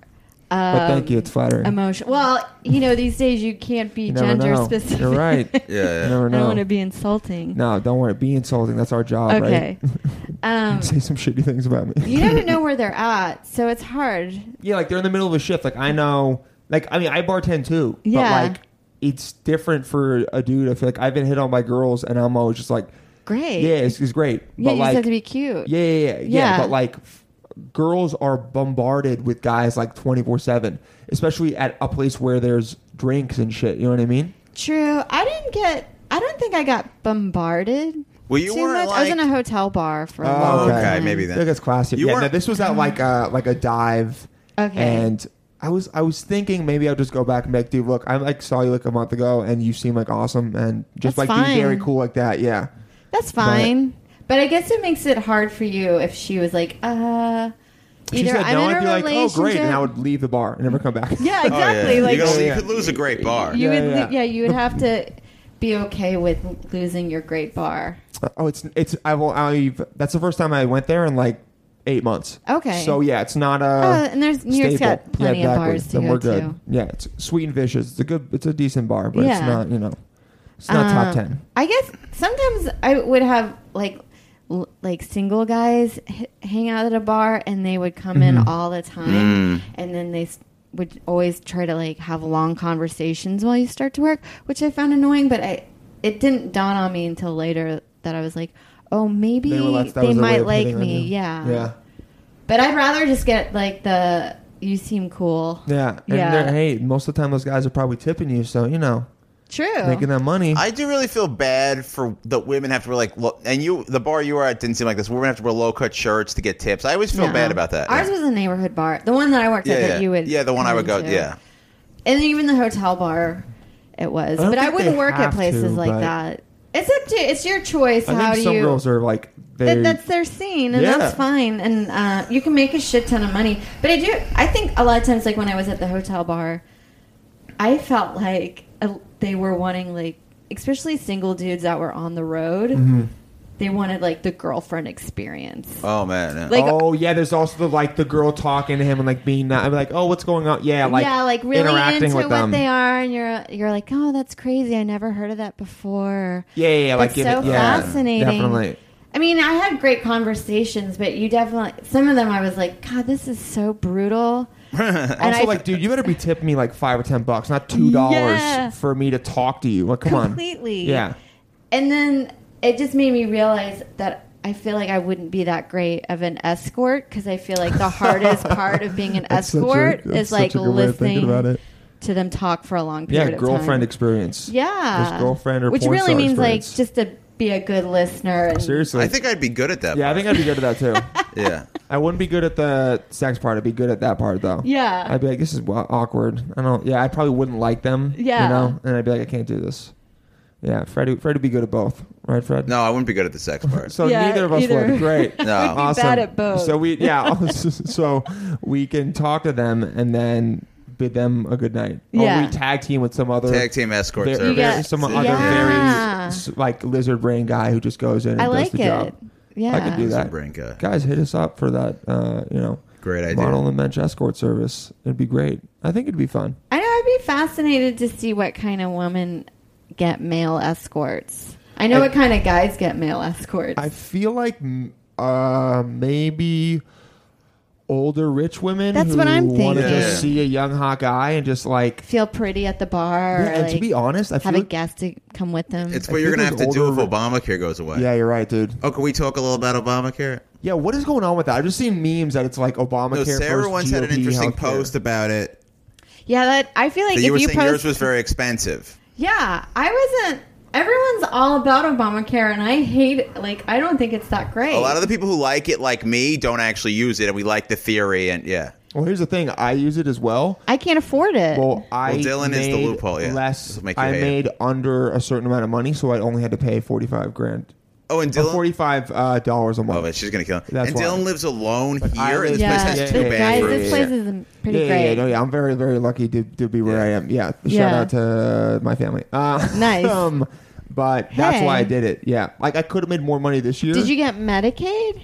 Um,
But thank you. It's flattering.
Emotion. Well, you know, these days you can't be
You never
gender
know.
specific.
You're right.
Yeah, yeah.
You never
I don't want
know.
to be insulting.
no, don't worry. Be insulting. That's our job,
Okay.
right?
Um,
Say some shitty things about me.
you never know where they're at, so it's hard.
Yeah, like they're in the middle of a shift. Like I know, like I mean, I bartend too.
Yeah.
But like it's different for a dude. I feel like I've been hit on by girls, and I'm always just like,
Great.
yeah, it's, it's great.
Yeah,
but
you
like,
just have to be cute.
yeah, yeah, yeah, yeah,
Yeah.
But like, f- girls are bombarded with guys like 24 seven, especially at a place where there's drinks and shit. You know what I mean?
True. I didn't get. I don't think I got bombarded.
Well, you
too
weren't
much. I was in
like-
a hotel bar for a
Oh,
long
okay.
time.
Okay, maybe
I
then.
think it's classy.
You Mm-hmm.
yeah,
weren't-
no, this was at like a like a dive.
Okay.
And I was I was thinking maybe I'll just go back and be like, dude, look, I like saw you like a month ago and you seem like awesome and just
That's
like being very
fine.
cool like that. Yeah.
That's fine. But, I guess it makes it hard for you if she was like, uh,
If she
either
said
I'm
no,
in
I'd
a
be like, oh
relationship.
great, and I would leave the bar and never come back.
yeah,
Oh, yeah.
exactly. Like
you, could,
Yeah.
you could lose a great bar.
you
Yeah,
would.
yeah.
Yeah. you would have to be okay with losing your great bar.
Oh, it's it's I will I've that's the first time I went there in like eight months.
Okay.
So yeah, it's not uh, a.
Oh, and there's- New York's
staple.
got plenty of bars to
then
go
we're good.
to.
Yeah, it's sweet and vicious. It's a good. It's a decent bar, but it's
Yeah.
not. You know, it's not top
Um,
ten.
I guess sometimes I would have like l- like single guys h- hang out at a bar and they would come
Mm-hmm.
in all the time
Mm.
and then they s- would always try to like have long conversations while you start to work, which I found annoying, but I it didn't dawn on me until later that I was like, "Oh, maybe
They
they,
realized that was a way
might
of
like
hitting on
me."
you.
Yeah.
Yeah.
But I'd rather just get like the you seem cool.
Yeah, and
Yeah.
they're hey, most of the time those guys are probably tipping you, so you know,
True.
making that money.
I do really feel bad for the women have to wear like look, and you the bar you were at didn't seem like this. Women have to wear low cut shirts to get tips. I always feel
No.
bad about that.
Ours was a neighborhood bar, the one that I worked
yeah,
at
yeah.
that you would.
yeah, the one I
come
would go.
into.
Yeah,
and even the hotel bar, it was.
I don't
but I
think
wouldn't
they
work
have
at places
to, but-
like that. It's up to it's your choice
I
how
think some
you.
girls are like they.
that, that's their scene, and
Yeah.
that's fine, and uh, you can make a shit ton of money. But I do. I think a lot of times, like when I was at the hotel bar, I felt like uh, they were wanting like, especially single dudes that were on the road.
Mm-hmm.
They wanted like the girlfriend experience.
Oh man, yeah.
Like,
oh yeah, there's also the like the girl talking to him and like being not, I'm like, oh, what's going on? Yeah, like
yeah, like really
interacting
into
with
what
them.
they are, and you're you're like, oh, that's crazy. I never heard of that before.
Yeah, yeah, yeah, like
That's
give
so
it, yeah,
fascinating.
Definitely.
I mean, I had great conversations, but you definitely some of them I was like, God, this is so brutal. and
Also,
I
like, dude, you better be tipping me like five or ten bucks, not two dollars
Yeah.
for me to talk to you. Like, come
Completely.
on, yeah.
and then it just made me realize that I feel like I wouldn't be that great of an escort because I feel like the hardest part of being an escort is like listening to them talk for a long
Yeah,
period. of time.
girlfriend experience.
Yeah,
Just girlfriend or
which
porn
really
star
means
experience.
like just to be a good listener. And
Seriously.
I think I'd be good at that.
yeah, I
part.
think I'd be good at that too.
yeah.
I wouldn't be good at the sex part. I'd be good at that part though.
Yeah.
I'd be like, this is wa- awkward. I don't. Yeah, I probably wouldn't like them.
Yeah.
You know, and I'd be like, I can't do this. Yeah, Fred. Fred would be good at both, right, Fred?
No, I wouldn't be good at the sex part.
So
Yeah,
neither of us
either.
would. Great.
No.
I'd be bad at both.
So we yeah. so we can talk to them and then bid them a good night.
Yeah.
Or we tag team with some other
Tag team escort
There,
service.
You get-
some
Yeah.
other very
Yeah.
s- like lizard brain guy who just goes in. And
I
does
like
the
it.
Job.
Yeah.
I could do that.
Brain guy.
Guys, hit us up for that. Uh, you know,
Great idea.
model and mensch escort service. It'd be great. I think it'd be fun.
I know I'd be fascinated to see what kind of women get male escorts. I know what kind of guys get male escorts.
I feel like m- uh, maybe older rich women.
That's what I'm
Want to
thinking.
just
Yeah.
see a young hot guy and just like.
Feel pretty at the bar.
Yeah,
or,
and to
like,
be honest, I feel
have a
like,
guest to come with them.
It's
I
what you're
think
gonna have to
those
do if
older-
Obamacare goes away.
yeah, you're right, dude.
Oh, can we talk a little about Obamacare?
Yeah, what is going on with that? I've just seen memes that it's like Obamacare.
No, Sarah
first,
once had an
GOP
interesting
healthcare.
post about it.
yeah, that I feel like
That
if
you
you,
were saying
post,
yours was very expensive.
yeah, I wasn't. Everyone's all about Obamacare, and I hate. Like, I don't think it's that great.
A lot of the people who like it, like me, don't actually use it, and we like the theory. And yeah,
Well, here's the thing. I use it as well.
I can't afford it.
Well, I
Dylan is the
made
loophole, yeah.
Less,
This'll make you
I
hate
made under a certain amount of money, so I only had to pay forty five grand,
oh, and
or
Dylan,
forty five uh, dollars a month.
oh, but she's gonna kill him.
That's
and
why.
Dylan lives alone
I
here, and
live-
this
yeah,
place has two
the guys,
bathrooms.
this place is pretty
yeah,
great.
yeah, no, yeah. I'm very, very lucky to, to be where I am. Yeah, shout
Yeah.
out to my family. Uh,
Nice.
um, but that's why I
Hey.
did it. Yeah, like I could have made more money this year.
Did you get Medicaid?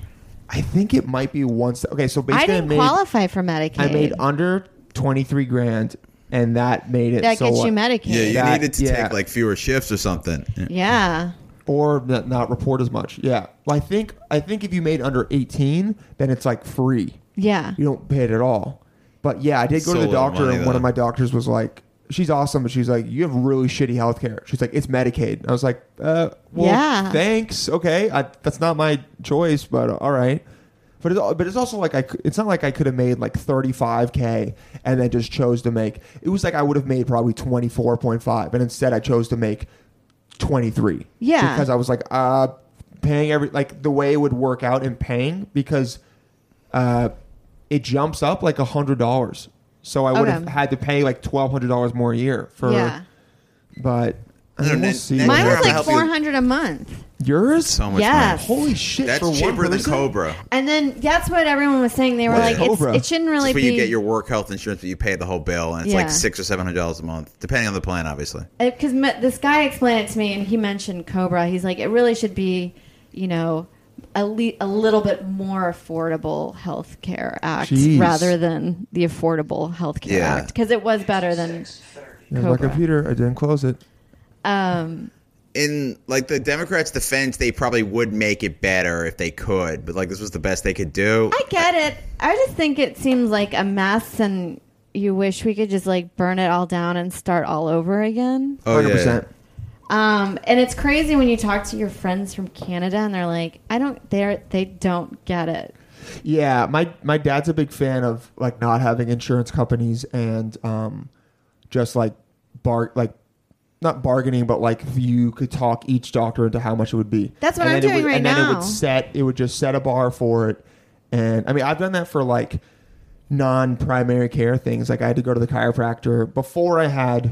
I think it might be once. Okay, so basically,
I didn't
made,
qualify for Medicaid.
I made under twenty three grand, and that made it.
that
so
gets you
what-
Medicaid.
yeah, you
That-
needed to
yeah.
take like fewer shifts or something.
yeah.
or not, not report as much. Yeah, well, I think I think if you made under eighteen, then it's like free.
Yeah.
You don't pay it at all. But yeah, I did go
So
to the
little
doctor,
money,
and one
though.
of my doctors was like, "She's awesome," but she's like, "You have really shitty health care." She's like, "It's Medicaid." I was like, "Uh, well,
Yeah.
thanks, okay, I, that's not my choice, but uh, all right." But it's, al- but it's also like I c- it's not like I could have made like 35k and then just chose to make it was like I would have made probably 24.5 and instead I chose to make 23
Yeah.
because I was like uh paying every like the way it would work out in paying because uh, it jumps up like a hundred dollars. So I would have
Okay.
had to pay like twelve hundred dollars more a year for.
yeah.
But I
No,
mean, we'll
no,
see. what
no,
Mine
We're
was
gonna
like
happens.
help you.
four hundred a month.
yours.
So much
Yes.
money.
Holy shit! for
That's
one
cheaper than
person?
Cobra.
And then that's what everyone was saying. They were
What
like,
is Cobra?
it's, it shouldn't really
That's where
be.
you get your work health insurance, but you pay the whole bill, and it's
Yeah.
like six or seven hundred dollars a month, depending on the plan, obviously.
because Uh, me- this guy explained it to me, and he mentioned Cobra. He's like, it really should be, you know, a, le- a little bit more affordable health care act
Jeez.
rather than the Affordable Health Care
Yeah.
Act because it was better than.
There's my
Cobra.
computer. I didn't close it.
Um,
In like the Democrats' defense, they probably would make it better if they could, but like this was the best they could do.
I get it. I just think it seems like a mess, and you wish we could just like burn it all down and start all over again.
Oh, yeah.
100%.
Um, and it's crazy when you talk to your friends from Canada, and they're like, "I don't, they are they don't get it."
Yeah, my my dad's a big fan of like not having insurance companies and um, just like bar like not bargaining, but like if you could talk each doctor into how much it would be.
That's what
And
I'm
then it
doing
would-
right
and then it
now.
would set it would just set a bar for it, and I mean I've done that for like non-primary care things. Like I had to go to the chiropractor before I had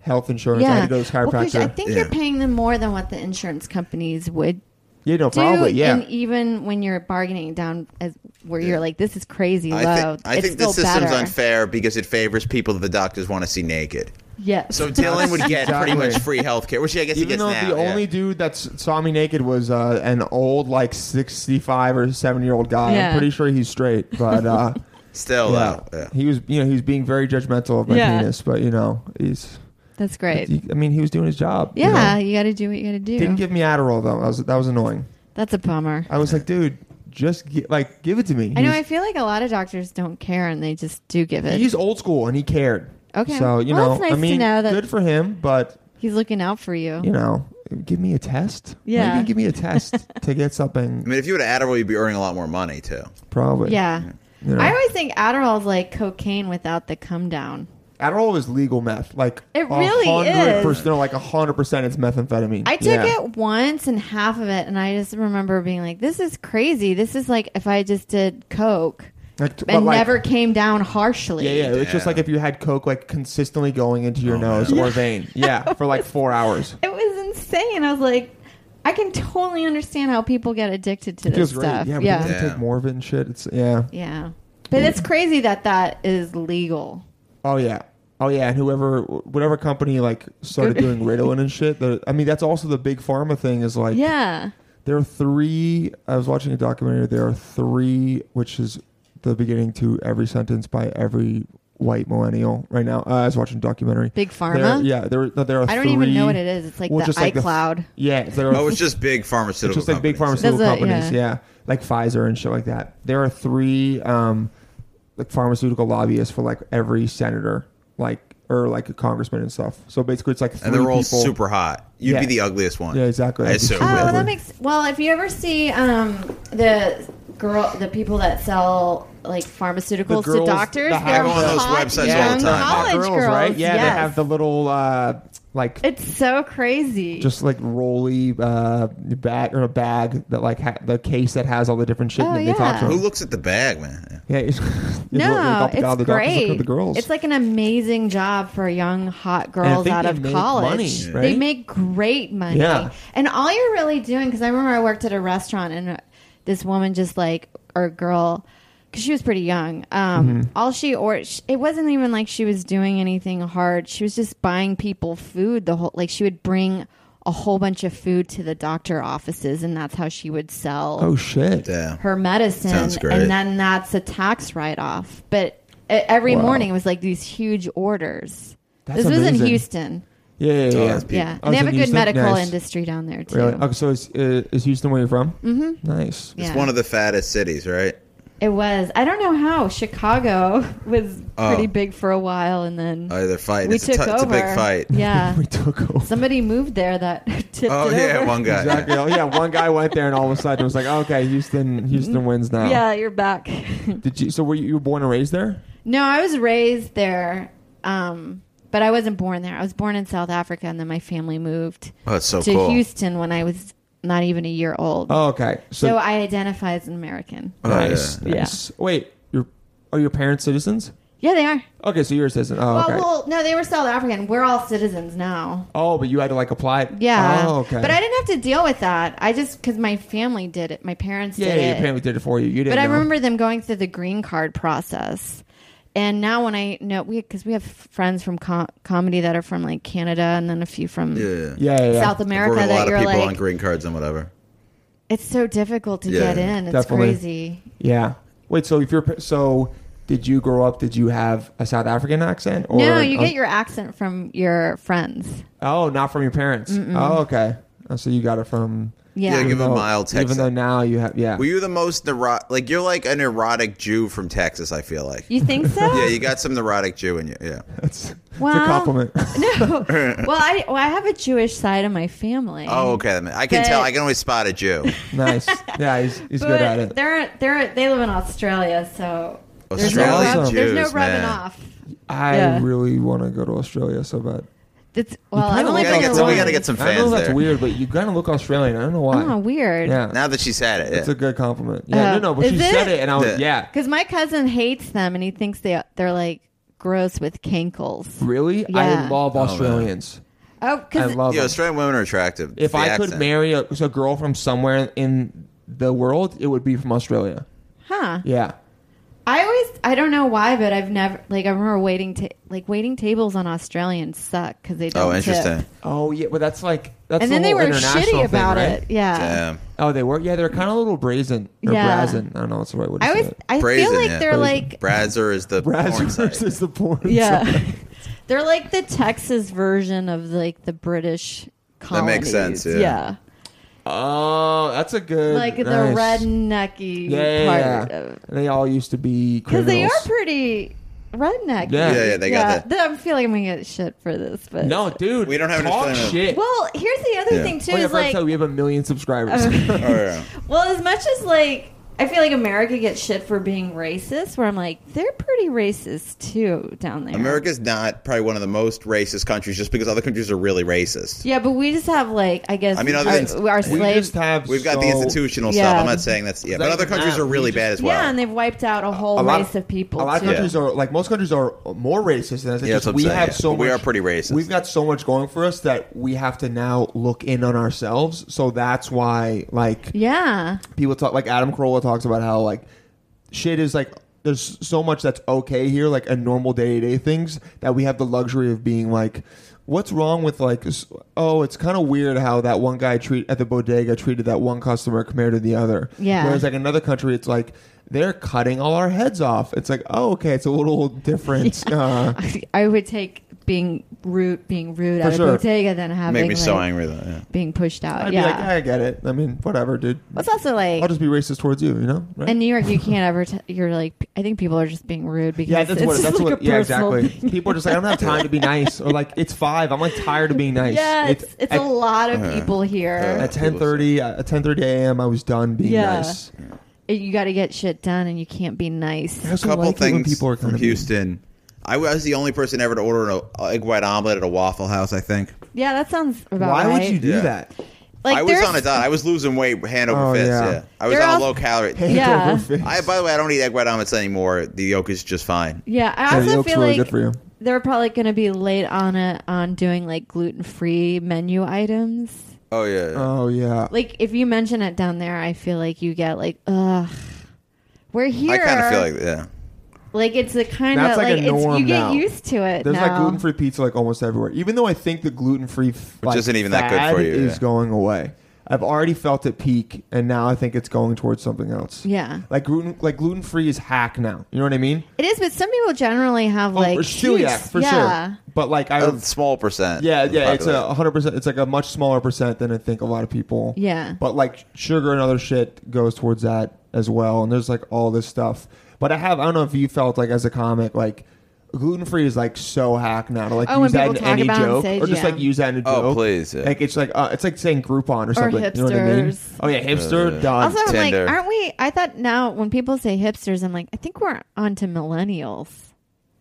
health insurance. I had to go to the
Well, 'cause
chiropractor.
I think
Yeah.
you're paying them more than what the insurance companies would
yeah, no,
do,
probably yeah.
and even when you're bargaining down as where you're like, "This is crazy low,"
I think, I
it's
think the
still
system's
better.
unfair because it favors people that the doctors want to see naked.
Yes.
So Dylan would get
Exactly.
pretty much free health care, which I guess he
Even
gets
though
now.
the
yeah.
only dude that s- saw me naked was uh, an old, like sixty-five or seven-year-old guy.
Yeah.
I'm pretty sure he's straight, but uh,
Still,
yeah.
though, Oh, yeah.
he was, you know, he was being very judgmental of my
Yeah.
penis. But you know, he's,
That's great.
he- I mean, he was doing his job. you
yeah,
know.
you got to do what you got to do.
didn't give me Adderall though. That was that was annoying.
That's a bummer.
I was like, dude, just gi- like give it to me.
I know.
He's-
I feel like a lot of doctors don't care, and they just do give it.
He's old school and he cared.
Okay.
So you
Well,
know,
that's nice
I
to
mean,
know that-
good for him, but
He's looking out for you.
you know, give me a test.
Yeah.
Maybe give me a test to get
I
something.
mean, if you would have Adderall, you'd be earning a lot more money too.
Probably.
Yeah.
You know.
I always think Adderall's like cocaine without the come down.
Adderall is legal meth. Like
It really
100%,
is.
No, like hundred percent, it's methamphetamine.
I took
Yeah.
it once and half of it, and I just remember being like, "This is crazy. This is like if I just did coke
Like, t- but
and
like-
never came down harshly."
Yeah, yeah. It's just like if you had coke like consistently going into your nose or vein. Yeah, for like four hours.
It was insane. I was like, I can totally understand how people get addicted to
It
this
feels great.
stuff.
Yeah, but
yeah,
yeah.
yeah.
take more of it and shit. It's yeah.
But it's crazy that that is legal.
Oh yeah. Oh yeah, and whoever, whatever company like started doing Ritalin and shit. The, I mean, that's also the big pharma thing. Is like,
Yeah.
There are three. I was watching a documentary. There are three, which is the beginning to every sentence by every white millennial right now. Uh, I was watching a documentary.
Big Pharma?
There- yeah, there. There are.
I don't even
three-
know what it is. It's like
well,
the
just like the-
iCloud.
Yeah, there are
Oh, it's just big pharmaceutical.
just like big
companies.
pharmaceutical
Does it-
companies, yeah.
yeah.
like Pfizer and shit like that. There are three um, like pharmaceutical lobbyists for like every senator, like or like a congressman and stuff. So basically, it's like three
and they're all
people.
super hot. You'd
Yeah.
be the ugliest one.
Yeah, exactly.
I
I'd be
assume.
super
oh,
Whatever.
that makes well. If you ever see um, the girl, the people that sell like pharmaceuticals
The girls-
to doctors,
the
they're
hot- I go on
those
hot
websites all
young
the time.
college
Hot
girls,
right? Yeah,
yes.
they have the little uh, like
It's so crazy.
just like rolly uh, bag or a bag that like ha- the case that has all the different shit.
Oh,
and then they talk
yeah.
to
Who
them.
looks at the bag, man?
Yeah, it's,
no,
the,
it's
the doctors
great.
Look at the girls.
It's like an amazing job for young hot girls
think
out
they
of
make
college.
money, right?
They make great money.
Yeah.
And all you're really doing, because I remember I worked at a restaurant and uh, this woman just like, or girl, because she was pretty young.
Mm-hmm.
Um, All she ordered, it wasn't even like she was doing anything hard. She was just buying people food. The whole like she would bring a whole bunch of food to the doctor offices, and that's how she would sell
oh shit.
Yeah.
her medicine
Sounds great.
and then that's a tax write-off but e- every
Wow.
morning it was like these huge orders
That's
this was
amazing.
in houston
Yeah, yeah, yeah.
that's
yeah
Oh,
and
it's
they
in
have a good
Houston?
medical
Nice.
industry down there too
Really? Okay, so is, uh, is Houston where you're from? Mm-hmm. Nice.
Yeah.
It's one of the fattest cities, right?
it was i don't know how chicago was
Oh.
pretty big for a while and then
Oh, they're fighting.
we
it's,
took
a tou- it's
over
a big fight.
yeah
We took over.
somebody moved there that tipped
Oh
it
yeah,
over.
one guy.
Exactly. Oh, yeah, one guy went there, and all of a sudden it was like, okay, Houston, Houston wins now.
Mm-hmm. yeah you're back
Did you? So were you, you were born and raised there?
No, I was raised there, um, but I wasn't born there. I was born in South Africa, and then my family moved
Oh, that's so
to
cool.
Houston when I was not even a year old.
Oh, okay.
so,
So,
I identify as an American.
Oh.
nice.
yeah.
nice. Wait, your are your parents citizens?
Yeah, they are.
Okay, so you're a citizen. Oh,
Well,
okay.
well, no, they were South African. We're all citizens now.
oh, but you had to like apply.
Yeah.
Oh, okay.
But I didn't have to deal with that. I just because my family did it. My parents
Yeah,
did
yeah,
it.
your parents did it for you. You didn't.
But I
know.
remember them going through the green card process. And now when I know we because we have friends from com- comedy that are from like Canada and then a few from
Yeah.
Yeah, yeah. yeah.
South
We're
America
with a
that
lot of
you're
people
like
on green cards and whatever.
it's so difficult to
Yeah,
get in. It's
definitely.
crazy.
Yeah. Wait. So if you're pa- so, did you grow up? Did you have a South African accent? Or
no, you
oh,
um,
get your accent from your friends.
Oh, not from your parents. Oh, okay. Oh, so you got it from.
Yeah.
Yeah, give
even
a
though-
mild
Even
Texan.
though now you have, yeah.
Were you the most neurotic? Like you're like an erotic Jew from Texas. I feel like.
You think so?
Yeah, you got some neurotic Jew in you. Yeah.
That's, that's a
Well-
compliment.
no. Well, I well, I have a Jewish side of my family.
Oh, okay. that ma- I can
But-
tell. I can always spot a Jew.
nice. Yeah, he's, he's
but
good at it.
They're they're they live in Australia, so there's no,
Australian
rub- there's no
Jews,
rubbing
man.
off.
I
yeah.
really want to go to Australia so bad.
It's well, I've
kinda
only
we
look
gotta
like
been
get
to
some. We
one.
gotta get some
I know
fans
that's
there.
weird, but you kind of look Australian. I don't know why.
Oh, weird.
Yeah,
Now that she said it, yeah.
it's a good compliment. Yeah,
Uh,
no, no, but
is
she said
it?
it, and I was, yeah.
Yeah.
Because my cousin hates them, and he thinks they they're like gross with cankles.
Really, I
Yeah.
love
man.
Australians.
Oh,
I
because
love.
yeah,
them.
Australian women are attractive.
If
The
I could
accent.
marry a, a girl from somewhere in the world, it would be from Australia.
huh?
Yeah.
I always, I don't know why, but I've never, like, I remember waiting to, like, waiting tables on Australians suck because they don't.
Oh, interesting.
Tip.
Oh yeah, but that's like that's
And
the
then they
whole
were
international
shitty
thing,
about
right?
it. Yeah.
Damn.
Oh, they were. Yeah, they're kind of a little brazen or
Yeah.
brazen. I don't know. That's the right way to
I
say
was,
it.
I
Brazen,
feel like
yeah.
they're
Brazen.
like,
Brazzer is the porn site.
Brazzers is the porn.
yeah,
site.
they're like the Texas version of like the British.
That makes
Colonies.
sense, yeah.
Oh, that's a good.
like the
nice.
rednecky
Yeah, yeah,
part
yeah.
of
They all used to be
because
criminals.
they are pretty redneck.
Yeah. Yeah,
yeah, they got that.
I feel like I'm gonna get shit for this, but
no, dude.
We don't have an
talk
Australian-
shit.
Well, here's the other
Oh, Yeah.
thing too
Wait,
is
I forgot to
like
tell you, we have a million subscribers.
Oh, yeah.
Well, as much as like I feel like America gets shit for being racist. Where I'm like, they're pretty racist too down there.
America's not probably one of the most racist countries just because other countries are really racist.
Yeah, but we just have like I guess.
I mean, other
our,
than-
our
We
slaves.
just have
We've got the
so-
institutional
Yeah.
stuff. I'm not saying that's yeah, but
Like,
other countries
nah,
are really
we just-
bad as well.
yeah, and they've wiped out a whole
A lot-
race of
A
people.
lot
too.
of countries are like most countries are more racist than us. It's
Yeah, that's
just
what I'm
we
saying,
have
yeah.
so
But we
much-
are pretty racist.
We've got so much going for us that we have to now look in on ourselves. So that's why like
Yeah.
people talk like Adam Carolla talks about how like shit is like there's so much that's okay here like a normal day to day things that we have the luxury of being like what's wrong with like s- oh it's kind of weird how that one guy treat at the bodega treated that one customer compared to the other
Yeah.
whereas like another country it's like they're cutting all our heads off it's like oh okay it's a little different uh,
I would take being rude, being rude
For
at
sure.
a bodega than having
Make me so
like,
angry though. Yeah.
being pushed out.
I'd
yeah.
be like yeah, I get it I mean whatever dude
But it's also like
I'll just be racist towards you you know right
in New York, you can't ever. T- you're like, p- I think people are just being rude because
Yeah, that's
it's
what.
just
That's
like
what.
a
yeah,
personal
exactly.
thing.
People are just like, I don't have time to be nice, or like, it's five. I'm like tired of being nice. Uh-huh.
Yeah, it's, it's
at,
a lot
Uh-huh.
of people here.
At ten thirty, at ten thirty a.m., I was done being
Yeah.
nice.
you got to get shit done, and you can't be nice.
I also
couple
like it when
things
people are kind
from
of mean.
Houston. I was the only person ever to order an uh, egg white omelet at a Waffle House. I think
Yeah, that sounds about
Why
right.
would you do
Yeah.
that?
Like,
I was
there's-
on a diet. I was losing weight hand over
Oh,
fist.
yeah.
Yeah. I was
They're
on a
all-
low calorie.
Hand
Yeah.
over fist.
I by the way, I don't eat egg white omelets anymore. The yolk is just fine.
Yeah, I
Yeah,
also
yolk's
feel
really
like
good for you.
they're probably going to be late on a, on doing like gluten free menu items.
Oh yeah. yeah.
oh yeah.
Like if you mention it down there, I feel like you get like ugh. We're here.
I kind of feel like yeah.
like it's the kind
That's
of
like a
like, it's,
norm
you get
now.
used to it.
There's like
now.
gluten free pizza like almost everywhere. Even though I think the gluten free which
isn't even that good for you,
is
yeah.
going away. I've already felt it peak, and now I think it's going towards something else.
Yeah.
like gluten like gluten free is hack now. You know what I mean?
It is, but some people generally have
Oh,
like
for celiac
huge-
for
yeah.
sure. But like I
A small percent.
Yeah,
of the
yeah, it's
population.
a hundred percent. It's like a much smaller percent than I think a lot of people.
Yeah.
but like sugar and other shit goes towards that as well. And there's like all this stuff. But I have I don't know if you felt like as a comic like gluten free is like so hack now to like
Oh, when
use that in
people talk
any
about it on
joke
stage,
or just
yeah.
like use that in a
Oh,
joke.
please, yeah.
Like it's like uh, it's like saying Groupon or something. You know what I mean?
hipsters.
Oh yeah, hipster.
Yeah.
done.
Also, I'm like,
Tinder.
aren't we? I thought now when people say hipsters, I'm like, I think we're onto millennials.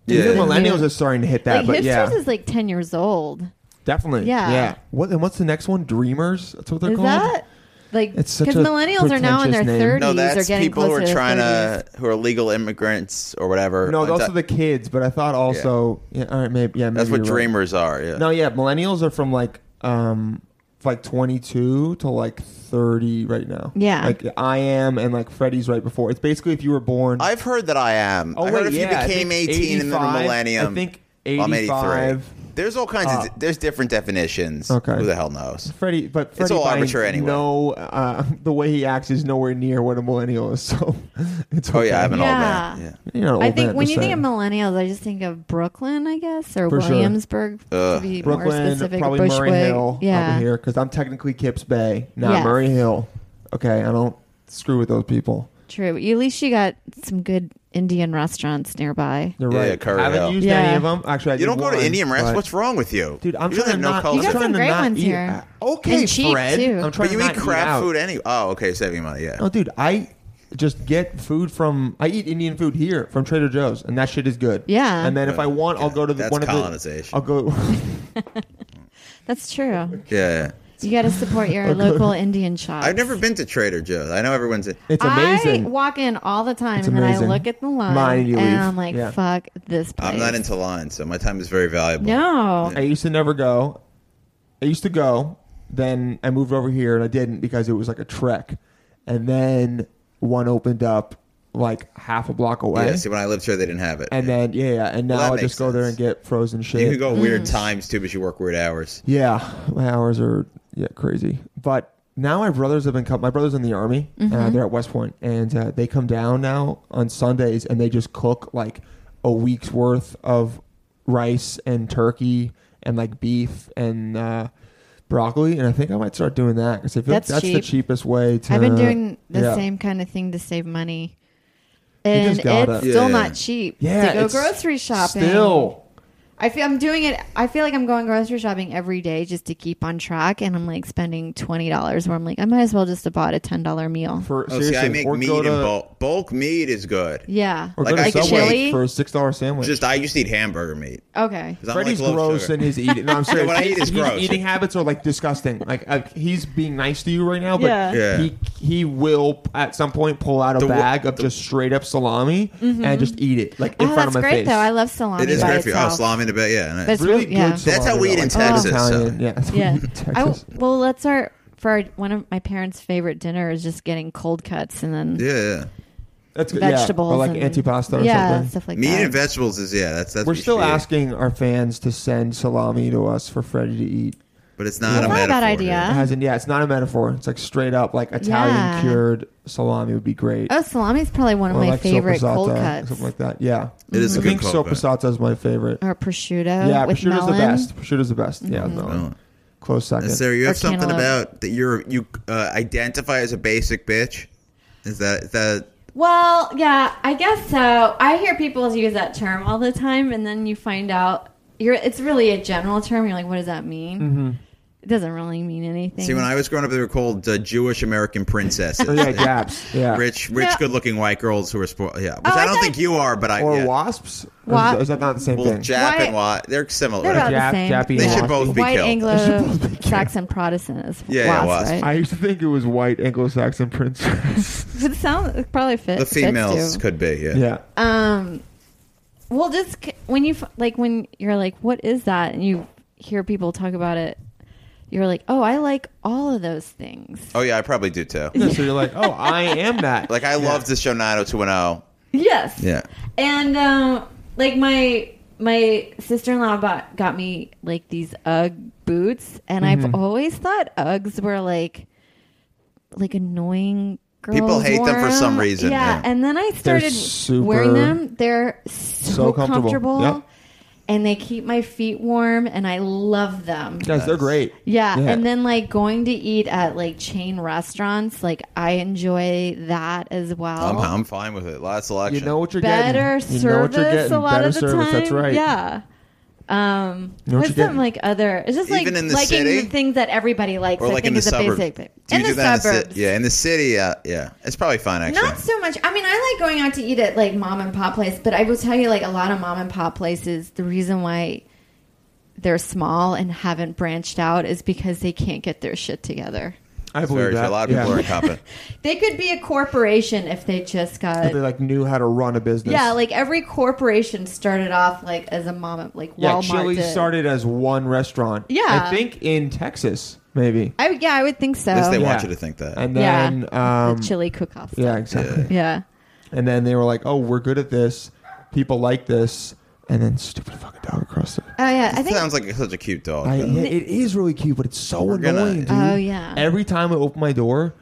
Even
Yeah.
millennials are starting to hit that.
like
but
hipsters
yeah,
is like ten years old.
definitely.
Yeah.
yeah. What and what's the next one? Dreamers. That's what they're
Is
called.
that like
It's
because
such a
millennials are now in their
pretentious name.
thirties
No,
or
that's
getting
people who
closer
are
to
trying
their 30s.
to who are legal immigrants or whatever.
No,
Like
those
that-
are the kids. But I thought also, yeah. all right, maybe, yeah, maybe
That's what
you're right.
dreamers are. Yeah.
No, yeah, millennials are from like um like 22 to like 30 right now.
Yeah.
like I am, and like Freddie's right before. It's basically if you were born.
I've heard that I am.
Oh,
I heard
wait,
if
yeah, I
you became
think
18 and then a
85,
millennium.
I think
well, I'm
85.
There's all kinds
Uh,
of there's different definitions.
Okay.
Who the hell knows?
Freddie, but Freddie
all
Vines,
arbitrary anyway.
No, uh, the way he acts is nowhere near what a millennial is. So it's
Oh
okay.
yeah, I'm an
Yeah.
old man.
you know,
I think when you think of millennials, I just think of Brooklyn, I guess, or
For sure.
Williamsburg to
Ugh.
be more
Brooklyn,
specific.
probably
Bushwick.
Murray Hill
yeah,
over here because I'm technically Kips Bay, not
Yes.
Murray Hill. Okay, I don't screw with those people.
true. But at least you got some good Indian restaurants nearby.
You're
Yeah,
right.
yeah, Curry
haven't
Hill.
used
Yeah.
any of them. Actually, I
You don't
did
go to
one,
Indian restaurants.
but-
What's wrong with you?
Dude, I'm
you
trying to
don't have
not.
no
You
I'm
got
culture.
trying
some
to
great
not
ones
eat.
here.
Okay,
And cheap,
Fred.
too.
I'm trying
But you
to not
eat crap
out.
food anyway. Oh, okay, saving money. Yeah.
No, dude, I just get food from. I eat Indian food here from Trader Joe's, and that shit is good.
Yeah.
And then if I want, I'll go to the
That's
one of the.
colonization.
I'll go.
That's true.
Yeah.
You got to support your local Indian shop.
I've never been to Trader Joe's. I know everyone's. In,
It's
I
amazing.
walk in all the time
It's
and then I
amazing.
look at the line
Mine and you
and
leave.
I'm like,
Yeah.
fuck this place.
I'm not into lines, so my time is very valuable.
No.
I used to never go. I used to go. Then I moved over here and I didn't because it was like a trek. And then one opened up like half a block away.
Yeah. See, when I lived here, they didn't have it.
and then yeah, yeah. And now
Well, that
I just
makes
go there and
sense.
get frozen shit.
you can go
Mm.
weird times too, but you work weird hours.
Yeah, my hours are yeah crazy. But now my brothers have been co- my brothers in the army.
Mm-hmm.
Uh, they're at West Point, and uh, they come down now on Sundays, and they just cook like a week's worth of rice and turkey and like beef and uh, broccoli. And I think I might start doing that because I feel
That's
like that's the
cheap.
cheapest way to.
I've been doing the
yeah.
same kind of thing to save money.
just
And it's
gotta-
still
Yeah.
not cheap
Yeah,
to go
it's
grocery shopping.
Still,
I feel I'm doing it. I feel like I'm going grocery shopping every day just to keep on track, and I'm like spending twenty dollars. Where I'm like, I might as well just have bought a ten dollar meal.
For
Oh, see,
seriously,
I make
or
meat
go
in
to
bulk. Bulk meat is good.
yeah,
or
Like
go to
I could
Subway
chili?
for a six dollar sandwich.
Just I used to eat hamburger meat.
okay.
'cause I don't
Freddie's
like low
gross
sugar.
and he's eating. No, I'm serious.
what I eat is
His
gross.
Eating habits are like disgusting. Like uh, he's being nice to you right now, but
Yeah.
Yeah.
he he will at some point pull out a
The wo-
bag of just straight up salami and just eat it like in
Mm-hmm. oh,
front
that's
of my
great
face.
though. I love salami.
It is
by
great for you. Oh,
itself.
salami in a bit, yeah. nice.
But it's
really
real-
good.
yeah.
salami,
That's how we eat
though,
in
like, like
Texas,
Italian.
so.
Yeah, that's what
Yeah.
we eat in Texas.
I, well, that's our for our, one of my parents' favorite dinner is just getting cold cuts and then
Yeah, yeah.
that's good.
vegetables
yeah. or like
and,
antipasta or
yeah,
something.
stuff like
Meat
that.
and vegetables is yeah. That's that's
We're
what you
still
should eat.
asking our fans to send salami to us for Freddie to eat.
but it's not
That's
a
not a bad
metaphor,
idea.
It
Huh?
hasn't. Yeah, it's not a metaphor. It's like straight up like Italian
Ah. Yeah.
cured salami would be great.
Oh, salami is probably one of
Or
my
like
favorite
sopressata,
cold
or
cuts.
something like that. Yeah,
It is a
I
good
think
cold cut.
sopressata is my favorite.
or prosciutto
yeah,
with
prosciutto's
melon. Mm-hmm.
the best. Prosciutto's the best. Yeah, melon. close second.
Is there you
Or
have something
cantaloupe.
about that you're you uh, identify as a basic bitch? Is that is that
Well, yeah, I guess so. I hear people use that term all the time, and then you find out you're. It's really a general term. You're like, what does that mean?
Mm-hmm.
It doesn't really mean anything.
see when I was growing up they were called uh, Jewish American princesses.
Oh, yeah, gaps. Yeah,
Rich, rich,
No.
good-looking white girls who are spoiled. Yeah, which
Oh, I
I don't
thought-
think you are, but I
or
yeah.
wasps. Or
Wa-
is, is that not the same
Well,
thing?
Jap
Why-
and Wat, they're similar.
They're about
Jap-
the same.
Jappy
They
and
should
waspy.
both be
White
killed.
Anglo-Saxon Protestant is
Yeah, yeah,
wasp,
wasp.
I
right?
used to think it was white Anglo-Saxon princess.
It sounds it probably fit,
the
fits.
females
you.
could be. Yeah.
yeah,
Um, well, just c- when you f- like when you're like, what is that? And you hear people talk about it, you're like, oh, I like all of those things.
Oh yeah, I probably do too.
Yeah, So you're like, oh, I am that.
Like I
Yeah.
love the show 90210.
Yes.
Yeah.
And um, like my my sister in law bought got me like these UGG boots, and
Mm-hmm.
I've always thought Uggs were like like annoying. Girls
People hate them for
wore
some reason,
Yeah.
yeah.
and then I started
super-
wearing them. They're so,
So comfortable.
comfortable,
Yep.
and they keep my feet warm, and I love them.
Guys, they're great.
Yeah,
Yeah.
and then like going to eat at like chain restaurants, like I enjoy that as well.
I'm, I'm fine with it. Lots of selection.
You know what you're
better
getting.
service
you know what you're getting.
a lot
better
of the
service.
time.
That's right.
Yeah. Um,
know what
what's
you're getting.
some like other? It's just like
Even in the
liking
city?
the things that everybody likes.
or
I
like
think
in the
is a
suburbs.
basic thing.
Do you
in
do
the
that in the ci-
suburbs,
yeah, in the city. Uh, yeah, it's probably fine actually.
Not so much. I mean, I like going out to eat at like mom and pop place, but I will tell you, like a lot of mom and pop places, the reason why they're small and haven't branched out is because they can't get their shit together.
I believe
Very true.
that.
A lot of people
yeah.
are incompetent.
They could be a corporation if they just got
If They like knew how to run a business.
Yeah, like every corporation started off like as a mom, like
yeah.
Walmart.
Chili's
did.
started as one restaurant.
Yeah.
I think in Texas, maybe.
I would, yeah, I would think so.
At least they
Yeah.
want you to think that.
And
yeah,
then, um,
the chili cook-off.
yeah,
Yeah,
exactly.
yeah.
And then they were like, "Oh, we're good at this. People like this." And then stupid fucking dog across there.
Oh yeah, I
It
think.
sounds like such a cute dog.
I,
though.
yeah, it is really cute, but it's so
We're gonna-
annoying, dude.
Oh, yeah.
Every time I open my door,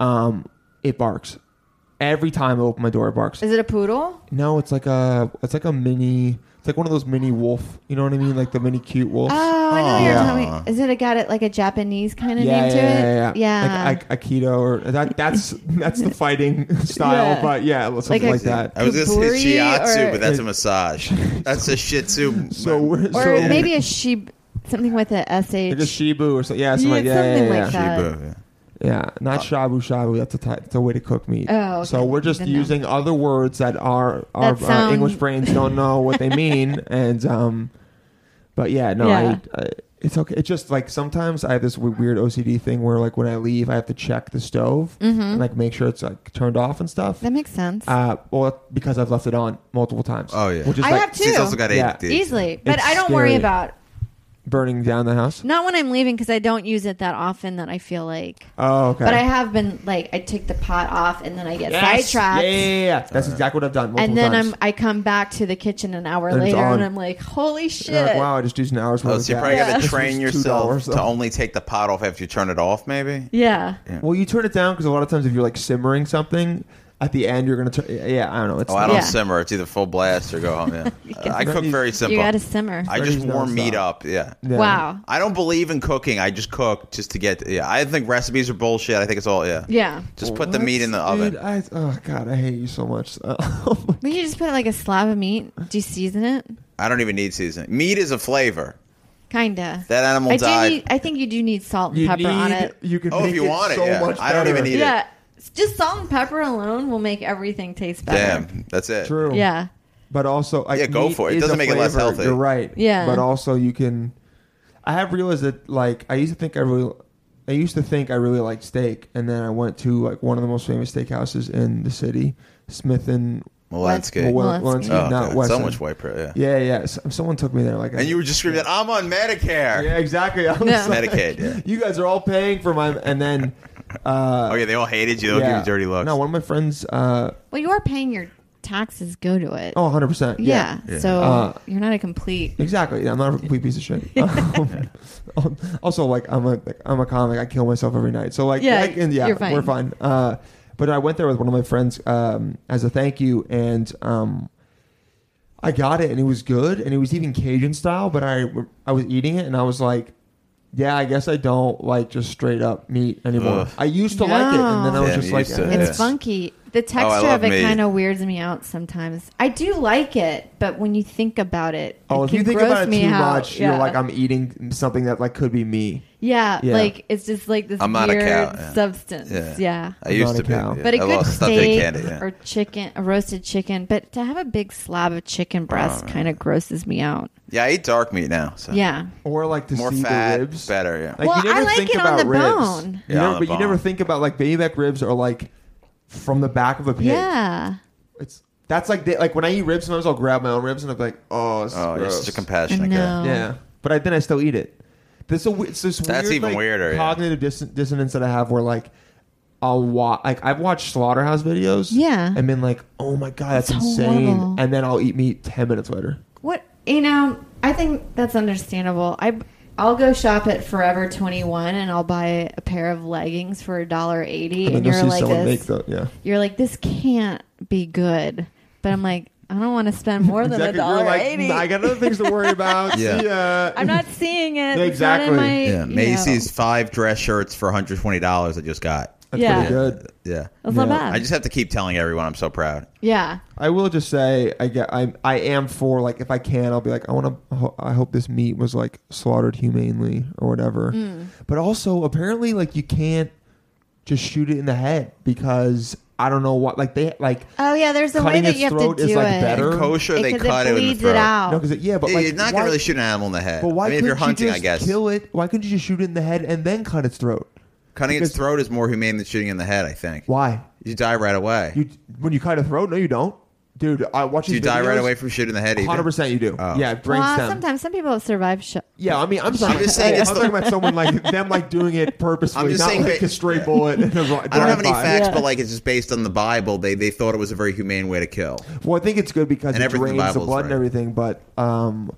um, it barks. Every time I open my door, it barks.
is it a poodle?
No, it's like a it's like a mini. It's like one of those mini wolf. You know what I mean? Like the mini cute wolf.
Oh, I know you're
Yeah.
telling me. Is it a got it like a Japanese kind of
yeah, yeah,
name to
yeah, yeah,
it? Yeah,
Like a- Aikido or that. That's that's the fighting style,
Yeah.
but yeah, something like,
Like a-
that.
I was going to
Kaburi
say shiatsu,
or-
but that's a massage. That's a shih tzu.
So we're
or
so
maybe a sheep, something with a sh.
like a shibu or something. Yeah, something
Yeah,
like, yeah,
something
yeah, yeah,
like
yeah.
that. Uh,
Shibu,
Yeah, not shabu shabu. That's a ty- that's a way to cook meat.
Oh, okay.
so we're just
Didn't know.
using other words that our our,
That
our
sound-
English brains don't know what they mean, and um, but yeah, no,
Yeah.
I, I it's okay. It's just like sometimes I have this w- weird OCD thing where like when I leave, I have to check the stove
Mm-hmm.
and like make sure it's like turned off and stuff.
That makes sense.
Uh, well, because I've left it on multiple times.
Oh, yeah.
which is
I
like
have too.
She's also got
Yeah.
ADD.
Easily, but
It's
I don't worry
scary.
about
burning down the house.
not when I'm leaving because I don't use it that often. That I feel like.
Oh, okay.
But I have been like I take the pot off and then I get
Yes!
sidetracked.
Yeah, yeah, yeah, yeah. That's exactly what I've done. Multiple
And then
times.
I'm I come back to the kitchen an hour
And it's
later
on.
and I'm like, holy shit.
You're like, wow, I just used an hour's worth.
Oh,
of
so you
that.
probably got to
This
train
was
yourself
$2
to only take the pot off after you turn it off, maybe?
Yeah.
Well, you turn it down because a lot of times if you're like simmering something, at the end you're gonna turn. Yeah, I don't know. It's
Oh, I don't
Yeah.
simmer. It's either full blast or go home. Yeah. Uh, I cook very simple.
You gotta simmer.
I just
Freddy's nonstop.
warm meat up. Yeah.
Yeah.
Wow.
I don't believe in cooking. I just cook just to get. Yeah. I think recipes are bullshit. I think it's all. Yeah.
Yeah.
Just put the
What?
meat in the
Dude,
oven.
I, oh God, I hate you so much. Uh,
We can just put like a slab of meat. Do you season it?
I don't even need seasoning. Meat is a flavor.
Kinda.
That animal
I
died.
Do need, I think you do need salt and
You
pepper on
need-
it.
You can
Oh, if
make
you
it
want it,
so
yeah.
much
I don't
better.
even need it.
Yeah, just salt and pepper alone will make everything taste better.
Damn, that's it.
True.
Yeah.
But also, like,
Yeah, go
meat
for it. It
is
doesn't
a
make it less
flavor.
healthy.
You're right.
Yeah.
But also, you can. I have realized that, like, I used to think I really, I used to think I really liked steak, and then I went to like one of the most famous steakhouses in the city, Smith and
Malinsky.
Wel-
Malinsky.
Malinsky,
Oh,
not
God,
Wesson.
So much white privilege. Yeah.
Yeah, yeah. S- Someone took me there, like,
And you were just screaming, that, "I'm on Medicare."
yeah, exactly. I was
No.
like,
Medicaid, yeah.
You guys are all paying for my, and then. Uh,
Oh yeah, they all hated you. They'll give
yeah.
you dirty looks.
No, one of my friends. Uh,
Well, you are paying your taxes. Go to it.
oh, 100 percent.
yeah. So
Uh,
you're not a complete.
Exactly. I'm not a complete piece of shit. Um, also, like I'm a like, I'm a comic. I kill myself every night. So like
Yeah,
like, and yeah
you're fine.
we're fine. Uh, but I went there with one of my friends um, as a thank you, and um, I got it, and it was good, and it was even Cajun style. But I I was eating it, and I was like. Yeah, I guess I don't like just straight up meat anymore.
Ugh.
I used to like it, and then I was
Yeah,
just
you
like,
used to.
eh.
It's
Yes.
funky. The texture
Oh, love
of it
meat.
kind of weirds me out sometimes. I do like it, but when you think about it,
oh,
it
if
can
you think
gross
about it
me
too
out.
much,
yeah.
you're like, I'm eating something that like could be me.
yeah,
Yeah.
like it's just like this
I'm not a
weird
cow, yeah.
substance.
Yeah.
Yeah.
I used
Not a
to be.
cow.
yeah.
But a
I
good
lost stuff in
steak
candy. Yeah.
or chicken, a roasted chicken, but to have a big slab of chicken breast kind of grosses me out.
yeah, I eat dark meat now. So.
Yeah.
Or like to
more
see
fat,
the ribs.
better. Yeah.
Like
Well,
you never
I like
think
it on
about
the
ribs.
bone.
You
Yeah,
never-
on the
but you never
bone.
think about like baby back ribs are like from the back of a pig.
Yeah.
It's that's like they, like when I eat ribs, sometimes I'll grab my own ribs and I'm like, oh, this is
Oh, you're
gross.
such a compassionate guy.
No.
Yeah, but I, then I still eat it. This a, we- it's this
That's
weird,
even
like,
weirder, yeah.
cognitive dis- dissonance that I have where like. I'll watch like I've watched slaughterhouse videos,
Yeah.
and been like, "Oh my god, that's
It's
insane!"
horrible.
And then I'll eat meat ten minutes later.
What you know, I think that's understandable. I I'll go shop at Forever 21 and I'll buy a pair of leggings for a dollar 80
And
and,
then you'll
you're
see
like
someone
this,
make the yeah.
you're like this can't be good. But I'm like I don't want to spend more than a
Exactly. You're
dollar
like,
80.
"Nah, I got other things to worry about.
Yeah.
yeah,
I'm not seeing it.
Yeah,
It's not in
exactly.
my,
Yeah,
you know.
Macy's five dress shirts for 120 dollars. I just got.
That's
Yeah.
pretty good.
Yeah,
That's not
Yeah.
bad.
I just have to keep telling everyone I'm so proud.
yeah.
I will just say I get I'm I am for like if I can I'll be like I want to I hope this meat was like slaughtered humanely or whatever.
Mm.
But also apparently like you can't just shoot it in the head because I don't know what like they like
Oh yeah, there's a way
Cutting
that
its
you have to
throat
do
is, like,
it.
better.
Kosher, they
Because
cut it
it
in the
bleeds
throat.
it out.
no because yeah but
Yeah,
like
you're not
why-
gonna really shoot an animal in the head.
But why
I mean, if you're
couldn't you
hunting, I
just
guess
kill it? Why couldn't you just shoot it in the head and then cut its throat?
cutting
because-
its throat is more humane than shooting in the head. I think.
Why
You die right away.
you when you cut a throat? No, you don't, dude. I watch
Do
these
you die right
videos,
away from shooting in the head? even?
100% you do.
Oh.
Yeah, brainstem.
Well, sometimes some people have survived sh-
Yeah, I mean, I'm, sorry.
just saying
I'm
it's
talking about someone like them, like doing it purposefully,
I'm just
not
saying
like
that-
a straight bullet. I
I don't have any facts,
Yeah.
but like it's just based on the Bible. They they thought it was a very humane way to kill.
Well, I think it's good because
And
it
everything
drains
Bible's
the blood and
right.
everything, but um,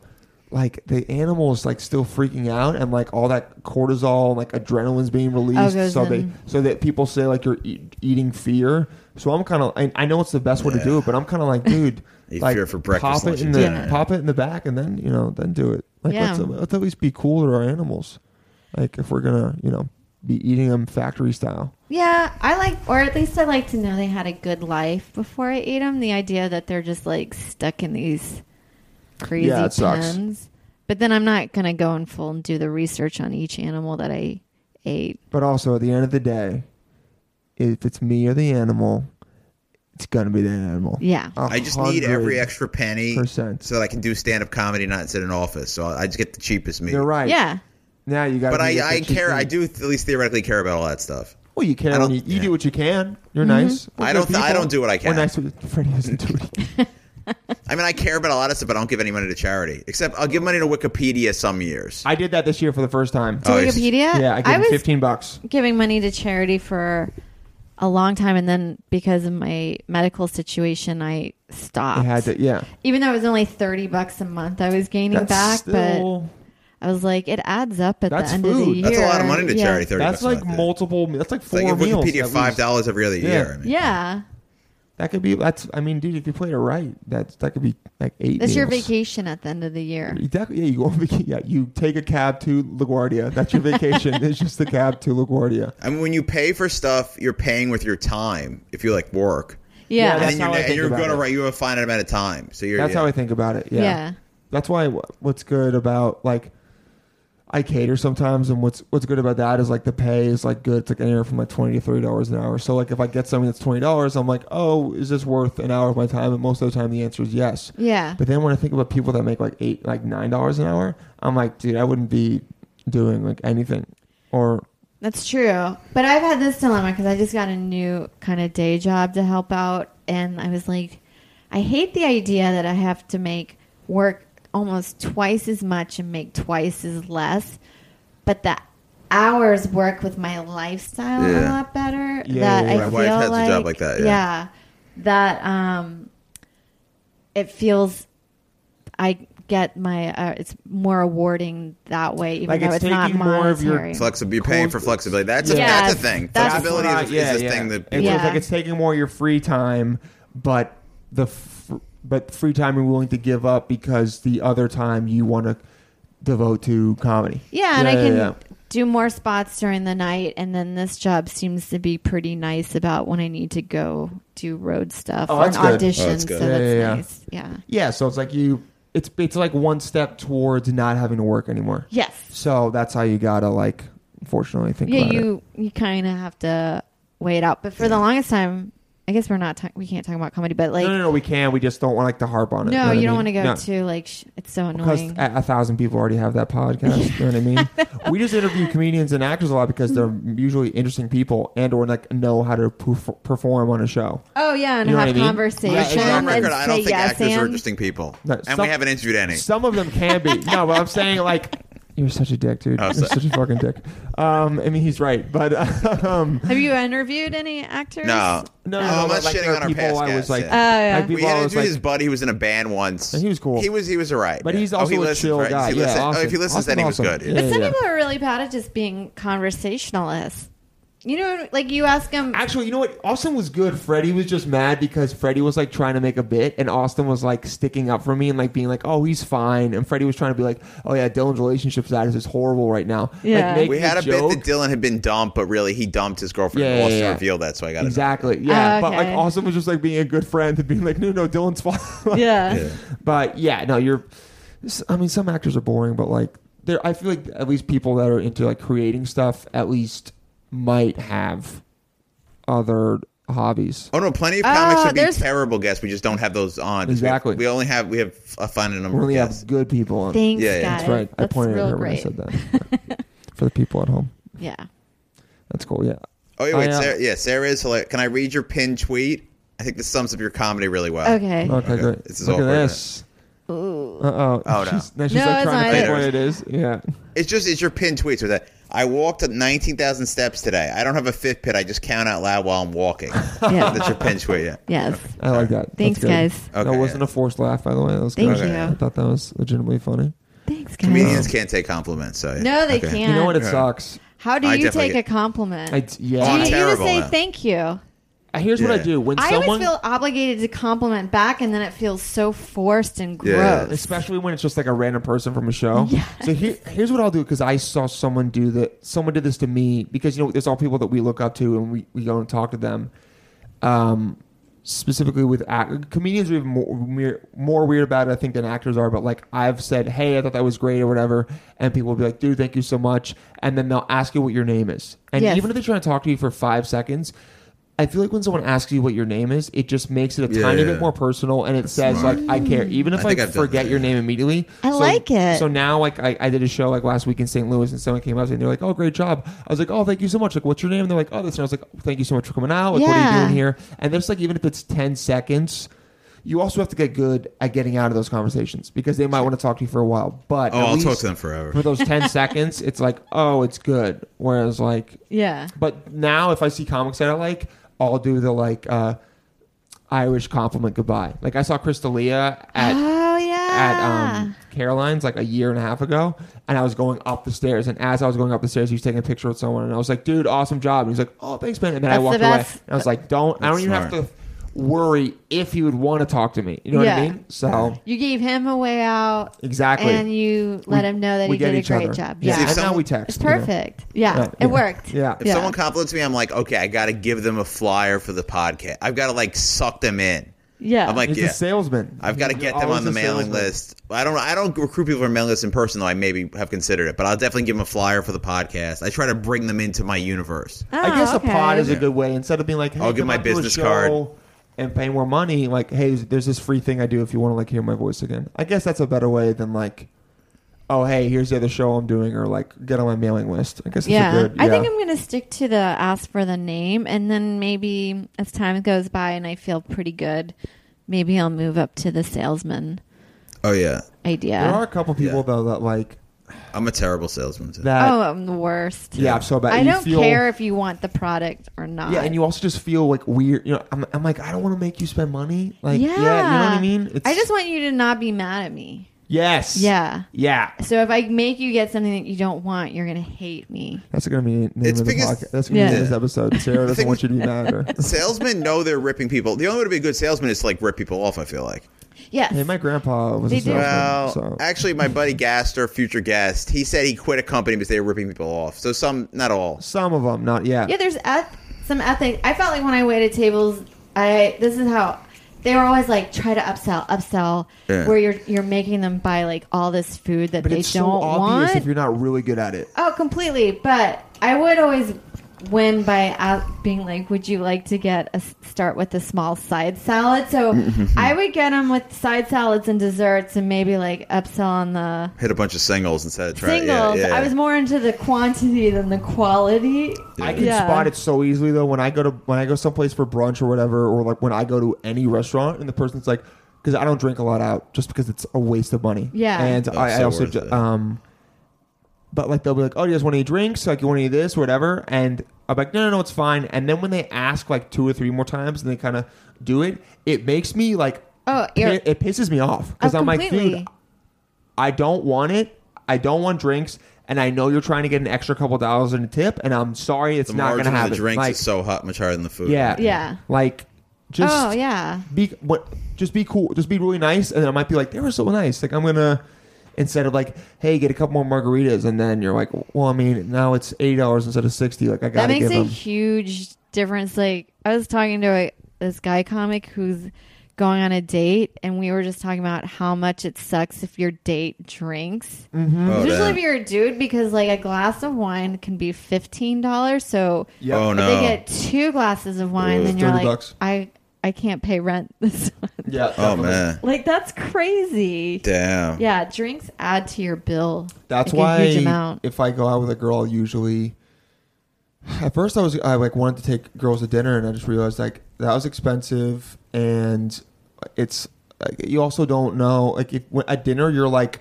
like the animals like still freaking out and like all that cortisol and like adrenaline's being released,
Oh, goes
so they
in.
so that people say like you're eat, eating fear. So I'm kind of, I, I know it's the best way to do it, but I'm kind of like, dude,
You
like
fear for breakfast,
pop it
lunch,
in
and
the
dinner.
pop it in the back, and then you know, then do it. Like
Yeah.
let's, let's at least be cool to our animals. Like if we're gonna, you know, be eating them factory style.
Yeah, I like, or at least I like to know they had a good life before I ate them. The idea that they're just like stuck in these crazy
Yeah, it sucks.
pens. But then I'm not gonna go in full and do the research on each animal that I ate.
But also, at the end of the day, if it's me or the animal, it's gonna be the animal.
Yeah.
A
I just need every
hundred
extra penny
percent.
so that I can do stand up comedy, not sit in an office. So I I just get the cheapest meat.
You're right.
Yeah.
Now you got.
But I, I care. I do th- at least theoretically care about all that stuff.
Well, you care.
I
when
don't-
you, you
yeah.
do what you can. You're nice. We're
I
good
don't th- I
people.
don't do what I
We're
can.
nice. With, Freddie doesn't do what he can.
I mean, I care about a lot of stuff, but I don't give any money to charity. Except I'll give money to Wikipedia some years.
I did that this year for the first time.
Oh, I see.
Wikipedia.
yeah, I gave him
was
15 bucks.
giving money to charity for a long time, and then because of my medical situation, I stopped.
I had to. Yeah.
Even though it was only thirty bucks a month, I was gaining back, but.
still,
I was like, it adds up at the
That's
end of the
food.
year.
That's a lot of money to
Yeah.
charity. Thirty.
that's
bucks a
like
month, yeah.
multiple. That's like
So I
four
give
meals.
Wikipedia
at
five
least.
dollars every other
Yeah.
year. I mean.
Yeah,
That could be. That's. I mean, dude, if you played it right, that's that could be like eight.
that's your
meals.
vacation at the end of the year.
Exactly. Yeah, you go on vacation. Yeah, you take a cab to LaGuardia. That's your vacation. it's just the cab to LaGuardia.
I mean, when you pay for stuff, you're paying with your time. If you like work,
Yeah,
Yeah,
and
That's
then you're,
how I
and
think
you're
about
going to
it.
write you have a finite amount of time. So you're
That's
yeah.
how I think about it.
yeah.
Yeah. That's why wh- what's good about like I cater sometimes, and what's what's good about that is like the pay is like good. It's like anywhere from like twenty to thirty dollars an hour. So like if I get something that's twenty dollars, I'm like, oh, is this worth an hour of my time? And most of the time, the answer is yes.
Yeah.
But then when I think about people that make like eight, like nine dollars an hour, I'm like, dude, I wouldn't be doing like anything. Or
That's true. But I've had this dilemma because I just got a new kind of day job to help out. And I was like, I hate the idea that I have to make work almost twice as much and make twice as less. But the hours work with my lifestyle a
Yeah.
lot better.
Yeah,
that
yeah,
I
yeah.
My
feel
wife has
like,
a job like that, yeah.
That um, it feels. I get my. Uh, it's more rewarding that way, even
Like,
though
it's
it's, not
taking more of your
monetary.
Flexible. You're paying for flexibility. That's a,
Yeah.
that's a thing.
That's-
flexibility
That's
is,
what I-
is a thing that
it's
Yeah.
like it's taking more of your free time, but the fr- but free time you're willing to give up because the other time you want to devote to comedy.
Yeah, and I can
yeah.
do more spots during the night, and then this job seems to be pretty nice about when I need to go do road stuff
Oh,
or an
that's good.
audition.
Oh, that's good.
So
Yeah,
that's
yeah, yeah.
nice. Yeah.
Yeah, so it's like you, it's it's like one step towards not having to work anymore.
Yes.
So that's how you gotta like, fortunately, think.
Yeah,
about it.
you you kind of have to wait it out, but for the longest time, I guess we're not ta- we can't talk about comedy, but like
no,
no,
no, no, we can. We just don't want like to harp on it.
you don't want
to
to go to like sh- it's so
because
annoying.
a, a thousand people already have that podcast. you know what I mean? We just interview comedians and actors a lot because they're usually interesting people and or like know how to perf- perform on a show.
oh yeah, and
You know what I
have
mean?
conversation.
Yeah,
Actually, on
exactly.
and
record, I don't
say
think
yes
actors are
and-
interesting people,
No,
and
some-
we haven't interviewed any.
Some of them can be. no, but I'm saying like. You're such a dick, dude.
Oh,
You're
sorry.
such a fucking dick. Um, I mean, he's right, but um,
Have you interviewed any actors?
no,
no, no,
Oh,
no,
I'm
but,
not
like,
shitting
there are
on our
people
past
I was
guests,
like,
yeah.
Oh yeah.
Like,
We
people always,
interviewed
like-
his buddy who was in a band once.
And he was cool.
He was he was alright.
But he's
Oh,
also
he
a
listens,
chill
right?
guy.
He
Yeah,
listened- oh,
awesome.
if he listens,
Awesome,
then he was
awesome.
good.
Yeah,
But some
yeah.
people are really bad at just being conversationalists. You know, like you ask them.
Actually, you know what? Austin was good. Freddie was just mad because Freddie was like trying to make a bit, and Austin was like sticking up for me and like being like, "Oh, he's fine," and Freddie was trying to be like, "Oh yeah, Dylan's relationship status is horrible right now."
Yeah.
like, making
We had a
joke.
bit that Dylan had been dumped, but really he dumped his girlfriend.
Yeah,
Yeah,
yeah,
also
yeah.
revealed that, so I got
exactly, yeah.
Oh,
But like
okay.
Austin was just like being a good friend and being like, "No, no, Dylan's fine."
yeah.
But yeah, no, you're. s- I mean, some actors are boring, but like, there. I feel like at least people that are into like creating stuff at least might have other hobbies.
Oh no, plenty of comics
Oh,
would be
there's-
terrible guests. We just don't have those on. 'cause we have-
Exactly.
We, only have we have a finite number.
We really
of
have
guests.
good people. on-
Thanks,
Yeah, yeah.
guys.
That's
That's right. I
That's
pointed at
real
her
great.
when I said that. For the people at home.
Yeah.
That's cool. Yeah.
Oh yeah, wait,
I, uh,
Sarah, yeah, Sarah is hilarious. Can I read your pinned tweet? I think this sums up your comedy really well.
Okay.
Okay, great.
This is
Look at
awkward,
this.
Ooh.
Uh oh.
Oh, no.
She's, now she's
No,
like
it's
trying to
not.
think what it is. Yeah.
It's just it's your pinned tweets with that. I walked up nineteen thousand steps today. I don't have a fifth pit. I just count out loud while I'm walking.
Yeah.
That's your pinned tweet. Yeah.
yes.
I like that. That's
Thanks,
good.
guys.
That
Okay,
wasn't
yeah.
a forced laugh, by the way. That was
Thank
good.
you.
I thought that was legitimately funny.
Thanks, guys.
Comedians can't take compliments. So yeah.
No, they
Okay.
can't.
You know what? It sucks.
How do
I
you
definitely
take a
get-
compliment?
I,
do
d- yeah.
I'm
you, you just
terrible
say
now.
thank you?
I- Here's what I
Yeah.
do when
I
someone,
always feel obligated to compliment back, and then it feels so forced and
Yeah.
gross.
especially when it's just like a random person from a show.
Yes.
So here, here's what I'll do because I saw someone do that. Someone did this to me because you know there's all people that we look up to and we, we go and talk to them. Um, specifically with act- comedians are even more, weir- more weird about it, I think, than actors are. But like I've said, hey, I thought that was great or whatever, and people will be like, dude, thank you so much, and then they'll ask you what your name is, and
Yes.
even if they're trying to talk to you for five seconds. I feel like when someone asks you what your name is, it just makes it a
Yeah,
tiny
yeah,
bit
yeah.
more personal, and it says like I care. Even if
I
I,
think I've done
forget
that,
your
yeah.
name immediately,
I
so-
like it.
So now, like, I, I did a show like last week in St. Louis, and someone came up to me and they're like, "Oh, great job!" I was like, "Oh, thank you so much." Like, what's your name? And they're like, "Oh, this." And I was like, "Thank you so much for coming out. Like, what are you
Yeah.
doing here?" And there's like, even if it's ten seconds, you also have to get good at getting out of those conversations because they might want to talk to you for a while. But
Oh,
at
I'll talk
least
to them forever.
for those ten seconds. It's like, oh, it's good. Whereas like
Yeah.
but now, if I see comics that I like, I'll do the like uh, Irish compliment goodbye. Like I saw Crystalia at
Oh yeah.
at um, Caroline's like a year and a half ago, and I was going up the stairs, and as I was going up the stairs, he was taking a picture with someone, and I was like, "Dude, awesome job!" And he's like, "Oh, thanks, man." And then I
That's the
walked away.
best.
And I was like, "Don't, I don't
That's
even have
smart.
to." Worry if he would want to talk to me. You know what I
Yeah.
mean? So
you gave him a way out,
exactly.
and you let him know that
we
he
get
did a
each
great
other.
job.
Yeah,
Yeah.
If
and now
someone-
we text.
It's
you know.
perfect. Yeah,
Yeah,
it
yeah.
worked.
Yeah.
If someone compliments me, I'm like, okay, I got to give them a flyer for the podcast. I've got to like suck them in.
Yeah.
I'm like,
He's
yeah,
a salesman.
I've got to
He's
get them on
always
the
a
mailing
salesman.
list. I don't. I don't recruit people for mailing lists in person, though. I maybe have considered it, but I'll definitely give them a flyer for the podcast. I try to bring them into my universe.
I guess
Oh,
a pod
okay.
is a good way. Instead of being like, hey,
I'll give
come
my
out to a
business
show
card.
and pay more money. Like, hey, there's this free thing I do if you want to like hear my voice again. I guess that's a better way than like, oh hey, here's the other show I'm doing, or like get on my mailing list. I guess it's
yeah.
a good.
I think I'm going to stick to the ask for the name, and then maybe as time goes by and I feel pretty good, maybe I'll move up to the salesman
Oh yeah,
idea.
There are a couple people
Yeah.
though that like
I'm a terrible salesman. Too.
that.
oh, I'm the worst.
yeah, I'm so bad.
I
You
don't
feel-
care if you want the product or not.
Yeah, and you also just feel like weird. You know, I'm, I'm like, I don't want to make you spend money. Like, yeah, you know what I mean.
I just want you to not be mad at me.
yes,
Yeah.
yeah.
So if I make you get something that you don't want, you're gonna hate me.
That's gonna be the name
It's
of the
because-
podcast. That's gonna
Yeah.
be this episode. Sarah doesn't
thing-
want you to be mad. Or,
Salesmen know they're ripping people. The only way to be a good salesman is to like rip people off. I feel like.
Yes.
hey, my grandpa was a
They do.
salesman.
Well,
so.
actually, my buddy Gaster, future guest, he said he quit a company because they were ripping people off. So some, not all.
Some of them, not yet.
yeah, there's eth- some ethics. I felt like when I waited tables, I this is how they were always like try to upsell, upsell,
Yeah.
where you're you're making them buy like all this food that
but
they
it's so
don't
obvious
want.
if you're not really good at it.
Oh, completely. But I would always win by a- being like, "Would you like to get a start with a small side salad?" So I would get them with side salads and desserts, and maybe like upsell on the
Hit a bunch of singles instead of trying.
singles.
Yeah, yeah.
I was more into the quantity than the quality.
I can spot it so easily though when I go to when I go someplace for brunch or whatever, or like when I go to any restaurant and the person's like, because I don't drink a lot out, just because it's a waste of money.
Yeah.
and
That's
I, I
so
also
worth
ju-
it.
um, but like they'll be like, oh, you guys want any drinks? Like you want any of this, whatever, and. I'm like, no, no, no, it's fine. And then when they ask like two or three more times and they kind of do it, it makes me like,
Oh,
pi-
ir-
it pisses me off because
Oh,
I'm like, dude,
completely.
I don't want it. I don't want drinks. And I know you're trying to get an extra couple dollars in a tip, and I'm sorry it's
the
not going
margin
to
on
happen.
the drinks
like,
is so hot, much higher than the food. Oh,
yeah,
Yeah.
Like, just
oh yeah.
be what, just be cool, just be really nice, and then I might be like, they were so nice. Like, I'm gonna instead of like, hey, get a couple more margaritas, and then you're like, well, I mean, now it's eighty dollars instead of sixty. Like, I
that
gotta
makes
give
a
them.
huge difference. Like I was talking to a, this guy comic who's going on a date, and we were just talking about how much it sucks if your date drinks.
Mm-hmm.
Oh,
Mm-hmm. Usually,
damn.
if you're a dude, because like a glass of wine can be fifteen dollars. So
Yeah.
Oh,
if
no.
they get two glasses of wine,
Ooh.
then you're
30
like,
bucks.
I I can't pay rent this month.
yeah.
Oh
definitely.
man.
like that's crazy.
Damn.
Yeah, drinks add to your bill.
That's
like,
why
a huge amount.
if I go out with a girl, I'll usually. At first, I was I like wanted to take girls to dinner, and I just realized like that was expensive, and it's like, you also don't know like if when, at dinner you're like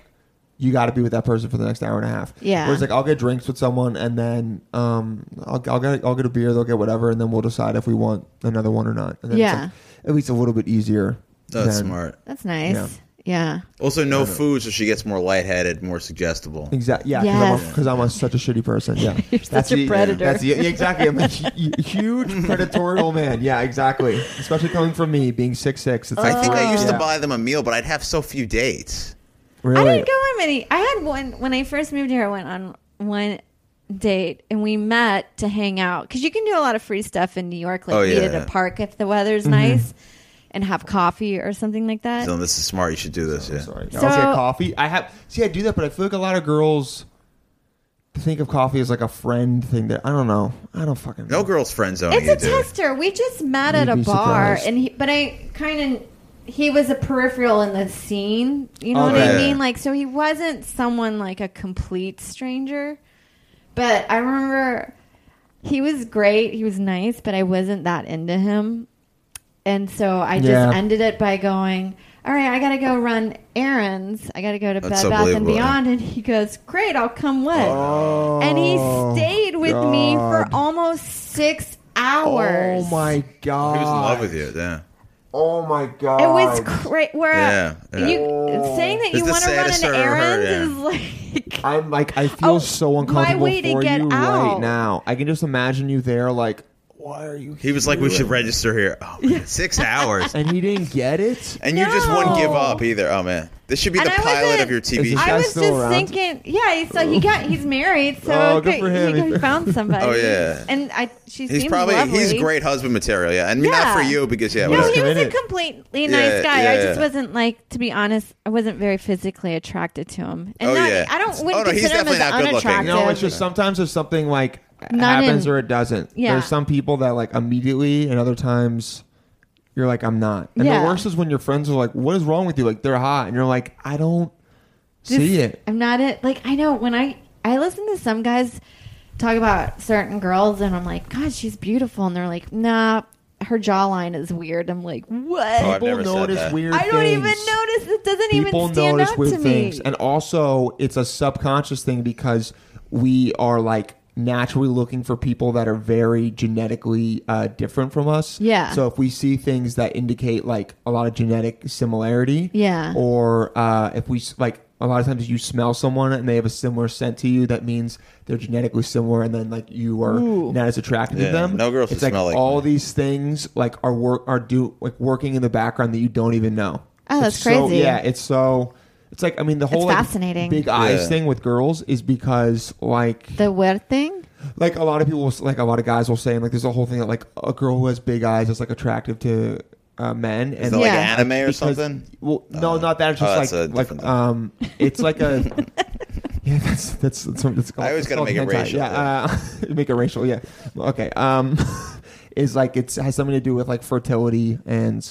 you got to be with that person for the next hour and a half.
Yeah.
Whereas like I'll get drinks with someone, and then um I'll, I'll get I'll get a beer, they'll get whatever, and then we'll decide if we want another one or not. And then
Yeah.
It's like, at least a little bit easier.
That's
than-
smart.
that's nice.
Yeah.
yeah.
Also, no food, so she gets more lightheaded, more suggestible.
Exactly. Yeah, because
Yes.
I'm, a- such a shitty person. Yeah,
You're such a
the-
predator.
That's the- yeah, exactly. I'm a hu- hu- huge predatorial man. Yeah, exactly. Especially coming from me, being six six. It's
I think I used
Yeah.
to buy them a meal, but I'd have so few dates.
really.
I didn't go on many. I had one when I first moved here. I went on one date and we met to hang out because you can do a lot of free stuff in New York, like
Oh,
meet
yeah,
at
yeah. Mm-hmm.
a park if the weather's nice, and have coffee or something like that.
So this is smart. You should do this. Yeah.
Sorry,
So-
I'll get coffee. I have see, I do that, but I feel like a lot of girls think of coffee as like a friend thing. That I don't know. I don't fucking know.
No girls friend zone
it's
you,
a
dude.
tester. We just met
You'd
at a
be
bar,
surprised.
and he, but I kind of he was a peripheral in the scene. You know
Oh,
what
yeah.
I mean? Like, so he wasn't someone like a complete stranger. But I remember he was great. He was nice, but I wasn't that into him. And so I just
Yeah.
ended it by going, "All right, I got to go run errands. I got to go to
That's
Bed Bath and
unbelievable, yeah.
Beyond." And he goes, "Great, I'll come with."
Oh.
and he stayed with me for
God.
almost six hours.
Oh my god!
He was in love with you. Yeah.
Oh my god!
It was cra- where
Yeah, yeah.
you saying that
It's
you
the
want to run
saddest
an
I've ever heard,
errand
yeah.
is like
I'm like I feel
Oh,
so
my
uncomfortable
way to
for
get
you right
out.
now. I can just imagine you there, like why are you?
He was like,
here?"
we should register here. Oh, man, six hours.
and he didn't get it.
And you just
No.
wouldn't give up either. Oh, man. This should be
And
the
I
pilot
wasn't-
of your
Is
TV
this-
show.
I
guy's
was
still
just
around?
thinking, yeah. So he got he's married, so
Oh, good for him.
he found somebody.
Oh, yeah.
and I she
He's
seemed
probably
lovely.
he's great husband material. Yeah, and I mean, not
Yeah.
for you because yeah,
No,
whatever.
he was a
Committed.
completely
Yeah,
nice guy. I
yeah,
just
yeah.
wasn't like, to be honest, I wasn't very physically attracted to him. And
Oh,
not,
yeah.
I don't
Oh,
wouldn't
no, he's
consider him
definitely
as
not good looking.
unattractive.
No, it's just sometimes there's something like
Not
happens
in-
or it doesn't.
Yeah.
There's some people that like immediately, and other times you're like, I'm not. And
Yeah.
the worst is when your friends are like, "What is wrong with you?" Like they're hot, and you're like, I don't
Just-
see it.
I'm not it. Like I know when I I listen to some guys talk about certain girls, and I'm like, God, she's beautiful, and they're like, Nah, her jawline is weird. I'm like, What?
Oh, I've
People
never said
notice
that.
weird.
I don't even
things.
notice. It doesn't
People
even stand
notice
out
weird
to
things,
me.
and also it's a subconscious thing because we are like naturally looking for people that are very genetically uh, different from us.
Yeah.
So if we see things that indicate like a lot of genetic similarity,
Yeah.
or uh, if we s- like a lot of times you smell someone and they have a similar scent to you, that means they're genetically similar, and then like you are not as attracted
Yeah,
to them.
no girls
it's
should
like
smell like
all these things like are work are do like working in the background that you don't even know.
Oh, that's
It's so-
crazy.
yeah, it's so. It's like I mean the whole like,
fascinating.
big eyes
Yeah.
thing with girls is because like
the weird thing.
like a lot of people will, like a lot of guys will say and like there's a whole thing that like a girl who has big eyes is like attractive to uh, men and
Is it like
Yeah.
anime or
because-
something?
Well, no, not that. It's
oh,
just
that's a
like like
different-
um, it's like a. Yeah, that's that's that's, that's called.
I always
it's
gotta
called
make it
hentai.
racial,
Yeah, uh, make it racial. Yeah, okay. Um, is like it's has something to do with like fertility and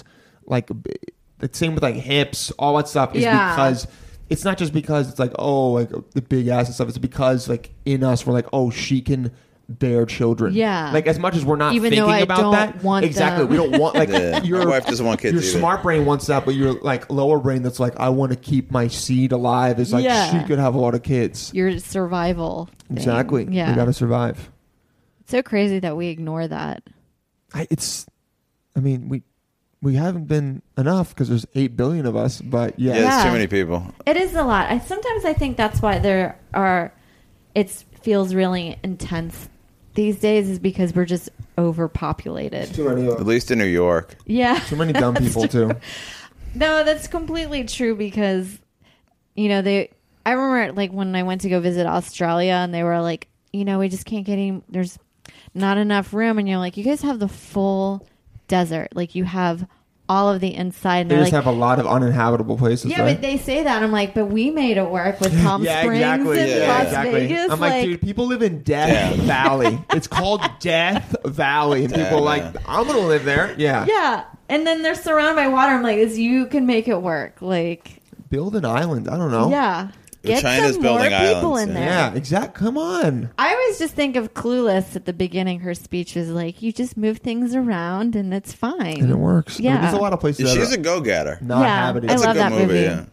like b- the same with like hips, all that stuff is
Yeah.
because it's not just because it's like oh like the big ass and stuff. It's because like in us we're like oh she can bear children.
Yeah.
like as much as we're not
Even
thinking
though I
about
don't
that.
want
exactly,
them.
we don't want like
Yeah. My
your
wife doesn't want kids
Your
either.
smart brain wants that, but your like lower brain that's like I want to keep my seed alive is like
Yeah.
she could have a lot of kids.
your survival. thing.
Exactly.
Yeah.
We got to survive.
It's so crazy that we ignore that.
I, it's, I mean, we we haven't been enough because there's eight billion of us, but yeah,
Yeah, there's
Yeah.
too many people.
It is a lot. I sometimes I think that's why there are. It feels really intense these days, is because we're just overpopulated.
too many
At least in New York.
Yeah,
too many dumb
That's
people
true.
too.
No, that's completely true because you know they. I remember like when I went to go visit Australia, and they were like, you know, we just can't get any. There's not enough room, and you're like, you guys have the full desert. Like you have all of the inside. And
They
are
just
like,
have a lot of uninhabitable places.
Yeah,
right?
but they say that. I'm like, but we made it work with Palm Springs and
yeah,
Las
exactly.
Vegas.
I'm like, dude, people live in Death
Yeah.
Valley. It's called Death Valley, and people are like,
Damn,
I'm gonna live there. Yeah,
yeah. And then they're surrounded by water. I'm like, this, you can make it work. Like,
build an island. I don't know.
yeah. Get
China's
some more
building
people
islands,
in
yeah.
there.
Oh. yeah, exact. Come on.
I always just think of Clueless at the beginning. Her speech was like, you just move things around and it's fine.
and it works. I mean,
Yeah.
there's a lot of places. that
She's
are
a go getter.
not
Yeah,
habited.
I
That's
love
a good
that
movie.
movie.
Yeah.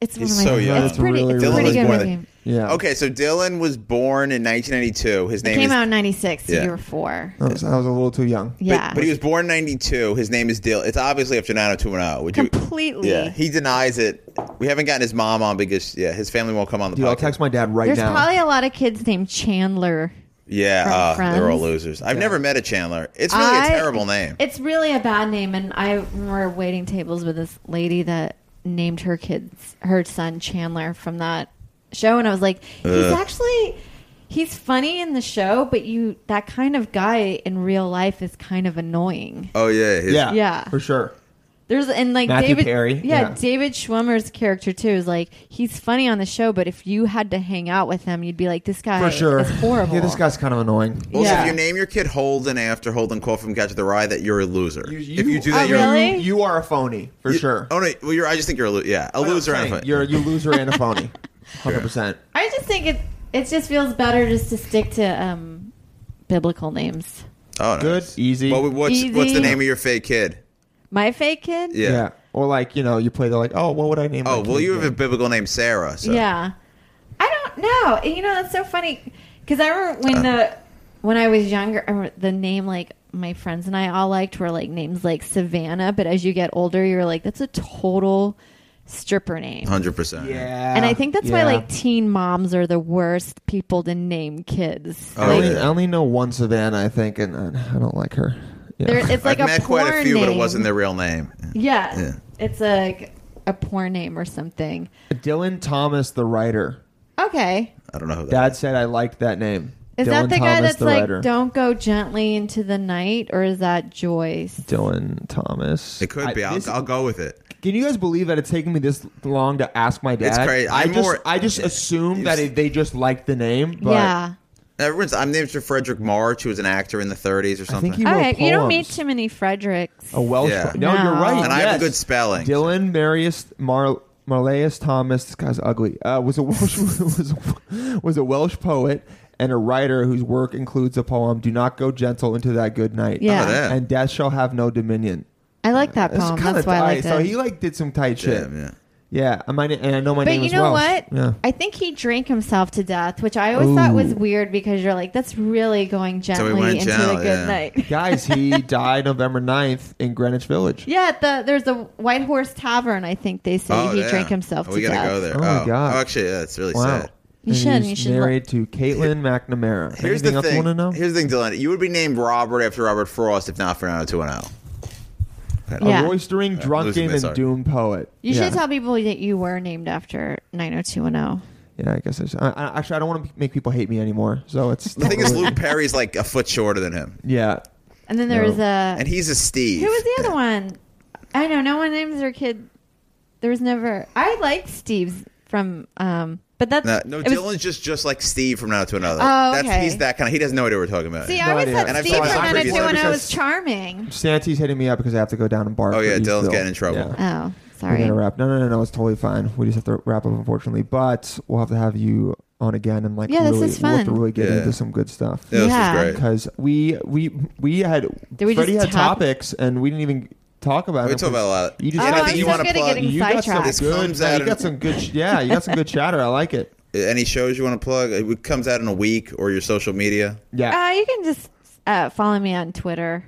It's one
He's
of my
so young.
favorites. It's
It's
pretty,
really,
it's a
really
pretty
good.
good
More
movie.
than-
yeah.
Okay, so Dylan was born in 1992. His
It
name
came
is
out in 96, so
Yeah.
you were four.
I was, I was a little too young.
but,
Yeah.
but he was born in 92. His name is Dylan. It's obviously after 90210. oh. Would you
Completely.
Yeah, he denies it. We haven't gotten his mom on because yeah, his family won't come on the
Dude,
podcast.
I'll text my dad right
There's
now.
probably a lot of kids named Chandler. from
yeah, uh, they're all
Friends.
losers. I've never met a Chandler. It's really a
I-
terrible name.
It's really a bad name, and I remember waiting tables with this lady that named her kids her son Chandler from that show, and I was like, he's actually he's funny in the show, but you that kind of guy in real life is kind of annoying.
oh yeah, his-
yeah,
Yeah.
for sure.
There's and like
Matthew
David
Perry,
Yeah,
yeah.
David Schwimmer's character too is like he's funny on the show, but if you had to hang out with him, you'd be like, this guy
For sure.
is horrible.
Yeah, this guy's kind of annoying.
Well,
Yeah.
if you name your kid Holden after Holden Cole from Catch the Rye, that you're a loser. if you do
Oh,
that, you're
really?
you, you are a phony for
you-
sure.
Oh no, well, you're. I just think you're a loser. Yeah, a
I'm
loser.
saying,
and a-
You're you loser and a phony. Hundred percent.
I just think it it just feels better just to stick to um, biblical names.
oh, no.
Good, easy.
Well, what's what's
Easy.
the name of your fake kid?
My fake kid?
Yeah.
Or like you know, you play the like. Oh, what would I name?
Oh,
my
well,
kid?
you have a biblical name, Sarah. So.
Yeah. I don't know. And, You know, that's so funny because I remember when the when I was younger, I remember the name like my friends and I all liked were like names like Savannah, but as you get older, you're like that's a total stripper name.
hundred percent.
Yeah.
And I think that's why
Yeah.
like teen moms are the worst people to name kids.
I
Oh,
only,
yeah.
I only know one Savannah, I think, and uh, I don't like her. Yeah.
They're- it's like
I've
a
met
porn
quite a few,
name.
but it wasn't their real name.
Yeah,
Yeah.
it's a a porn name or something.
Dylan Thomas, the writer.
Okay,
I don't know who that.
Dad said I liked that name.
is
Dylan
that the
Thomas,
guy that's
the
like
writer.
"Don't go gently into the night" or is that Joyce?
Dylan Thomas.
It could
I-
be. I'll,
this-
I'll go with it.
Can you guys believe that it's taken me this long to ask my dad?
It's crazy.
I
I'm
just
more-
I just assumed that it, they just liked the name, but
yeah.
Everyone's. I'm named for Frederick March, who was an actor in the 30s or
I
something.
think he wrote
Okay, you don't meet
poems. Oh,
too many Fredericks.
a Welsh.
Yeah.
No,
No.
you're right.
and I have a good
yes.
spelling.
Dylan Marius Mar Marlaeus Thomas. This guy's ugly. Uh, was a Welsh was a, was a Welsh poet and a writer whose work includes a poem. Do not go gentle into that good night.
Yeah.
Oh, yeah.
and death shall have no dominion.
I like that
That's
poem.
kinda
That's why I
tight.
liked it.
So he like did some tight shit.
Damn, yeah.
Yeah, I might, and I know my
but
name
you
is
know
Welsh.
what?
Yeah.
I think he drank himself to death, which I always thought was weird because you're like, that's really going gently
went
into
gentle,
the good
yeah.
night.
Guys, he died November 9th in Greenwich Village.
yeah, at the, there's a White Horse Tavern. I think they say
Oh,
he
yeah.
drank himself
Oh,
to
we gotta
death.
go there.
Oh, my God.
Oh, actually, yeah, it's really
Wow.
sad.
You
And
should-
he's
you should
married to Caitlin McNamara. Anything
Here's the
else you
thing.
want to know?
Here's the thing, Dylan. You would be named Robert after Robert Frost if not for 90210.
Yeah.
A
Uh,
roistering,
losing
drunken,
my
and
sorry.
doomed poet.
You
yeah.
should tell people that you were named after 90210.
Yeah, I guess I should. I, I, actually, I don't want to make people hate me anymore. So it's.
The thing is, Luke Perry's like a foot shorter than him,
Yeah.
And then there was
No.
a.
and he's a Steve.
Who was the other one? I know no one names their kid. There was never. I liked Steve's from, um, but that's
No, no
it was-
Dylan's just just like Steve from now to another.
Oh, okay.
That's he's that kind of. He doesn't know what we're talking about.
See,
No
I always
idea.
thought
And
I've
Steve
seen
from
some previous
90210 was
episodes.
charming.
Santee's hitting me up because I have to go down and bar.
Oh,
for
yeah, Dylan's
Eastville.
getting in trouble.
Yeah.
Oh,
We're
sorry.
gonna wrap. No, no, no, no. It's totally fine. We just have to wrap up, unfortunately. But we'll have to have you on again and like
Yeah, this
really,
is
We'll have to
fun.
really get
Yeah.
into some good stuff.
Yeah, this is
Yeah.
great.
because we we we had
Did we
Freddie
just
had
tap-
topics and we didn't even talk about
We
it.
talk about a lot.
You just
Oh,
And I
I'm
think you
so
want
good
to
at
plug
getting
you got some
sidetracked.
good.
Comes
no,
out
you
in-
got some good. sh- Yeah, you got some good chatter. I like it.
any shows you want to plug. It comes out in a week or your social media.
Yeah.
Uh, you can just uh, follow me on Twitter,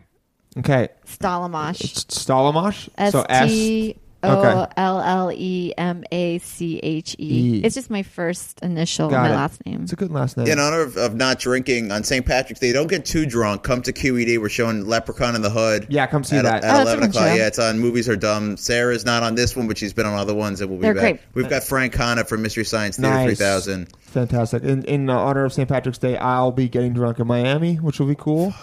Okay.
Stolamash.
Stolomosh. So
Uh, S
S
T O L L E M A C H E.
E.
It's just my first initial,
Got
oh, my
it.
last name.
It's a good last name.
In honor of, of not drinking on St. Patrick's Day, don't get too drunk. Come to QED. We're showing Leprechaun in the Hood.
Yeah, come see
at,
that.
at
Oh, it's
eleven
on
o'clock.
Joe.
Yeah, it's on. Movies are dumb. Sarah's not on this one, but she's been on other ones, and we'll be
They're
back.
great.
We've got Frank Hanna from Mystery Science Theater
Nice.
three thousand.
Fantastic. In, in honor of St. Patrick's Day, I'll be getting drunk in Miami, which will be cool.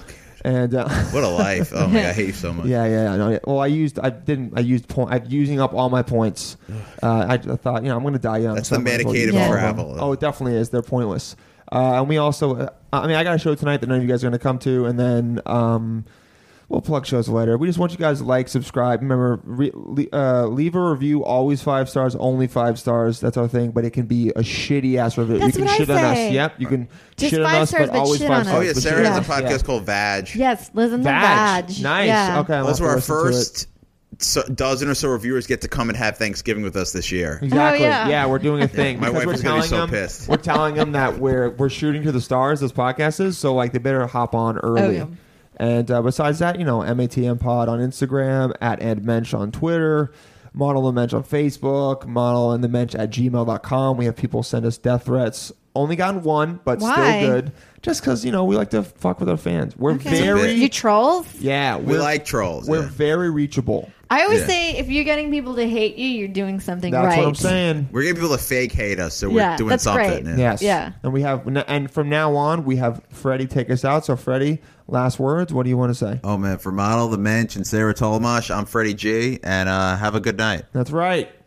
and uh,
What a life! Oh my god, I hate you so much.
yeah, yeah, yeah, no, yeah. Well, I used, I didn't, I used point. I'm using up all my points. Uh, I, I thought, you know, I'm going to die young.
That's
so
the
I might as well
Medicaid
use
of
all them.
travel.
Oh, it definitely is. They're pointless. Uh, and we also, uh, I mean, I got a show tonight that none of you guys are going to come to, and then. Um, We'll plug shows later. We just want you guys to like, subscribe. Remember, re- le- uh, leave a review. Always five stars, only five stars. That's our thing. But it can be a shitty ass review.
That's
you can
what I
shit on us.
say.
Yep, you can
Just
shit on
five
us,
stars,
but
but
always
shit
five
on us.
stars.
Oh yeah,
but shit
Sarah
on
has
us.
a podcast
Yeah.
called Vag.
yes, Liz and
Badge.
the Badge.
Nice.
Yeah.
Okay. I'll
Those
have
were
to
our
listen to it.
first so, dozen or so reviewers get to come and have Thanksgiving with us this year.
Exactly.
Oh, yeah.
yeah. we're doing a thing.
my
because
wife
we're
is gonna be
telling
so
them,
pissed.
We're telling them that we're we're shooting to the stars. This podcast is so like they better hop on early.
Oh, yeah.
And uh, besides that, you know, MATM Pod on Instagram, at Ed Mensch on Twitter, Model and Mensch on Facebook, Model and the Mensch at gmail.com. We have people send us death threats. Only gotten one, but
Why?
still good. Just because, you know, we like to fuck with our fans. We're
Okay.
very.
You trolls?
yeah,
We
we're-
like trolls.
We're
yeah.
very reachable.
I always
Yeah.
say if you're getting people to hate you, you're doing something
That's
right.
what I'm saying.
We're getting people to fake hate us, so we're
Yeah,
doing
that's
something.
great.
Yeah.
Yes.
Yeah.
And we have, and from now on, we have Freddie take us out. So, Freddie, last words. What do you want to say?
Oh man, for model the mensch and Sarah Tolomash, I'm Freddie G, and uh, have a good night.
That's right.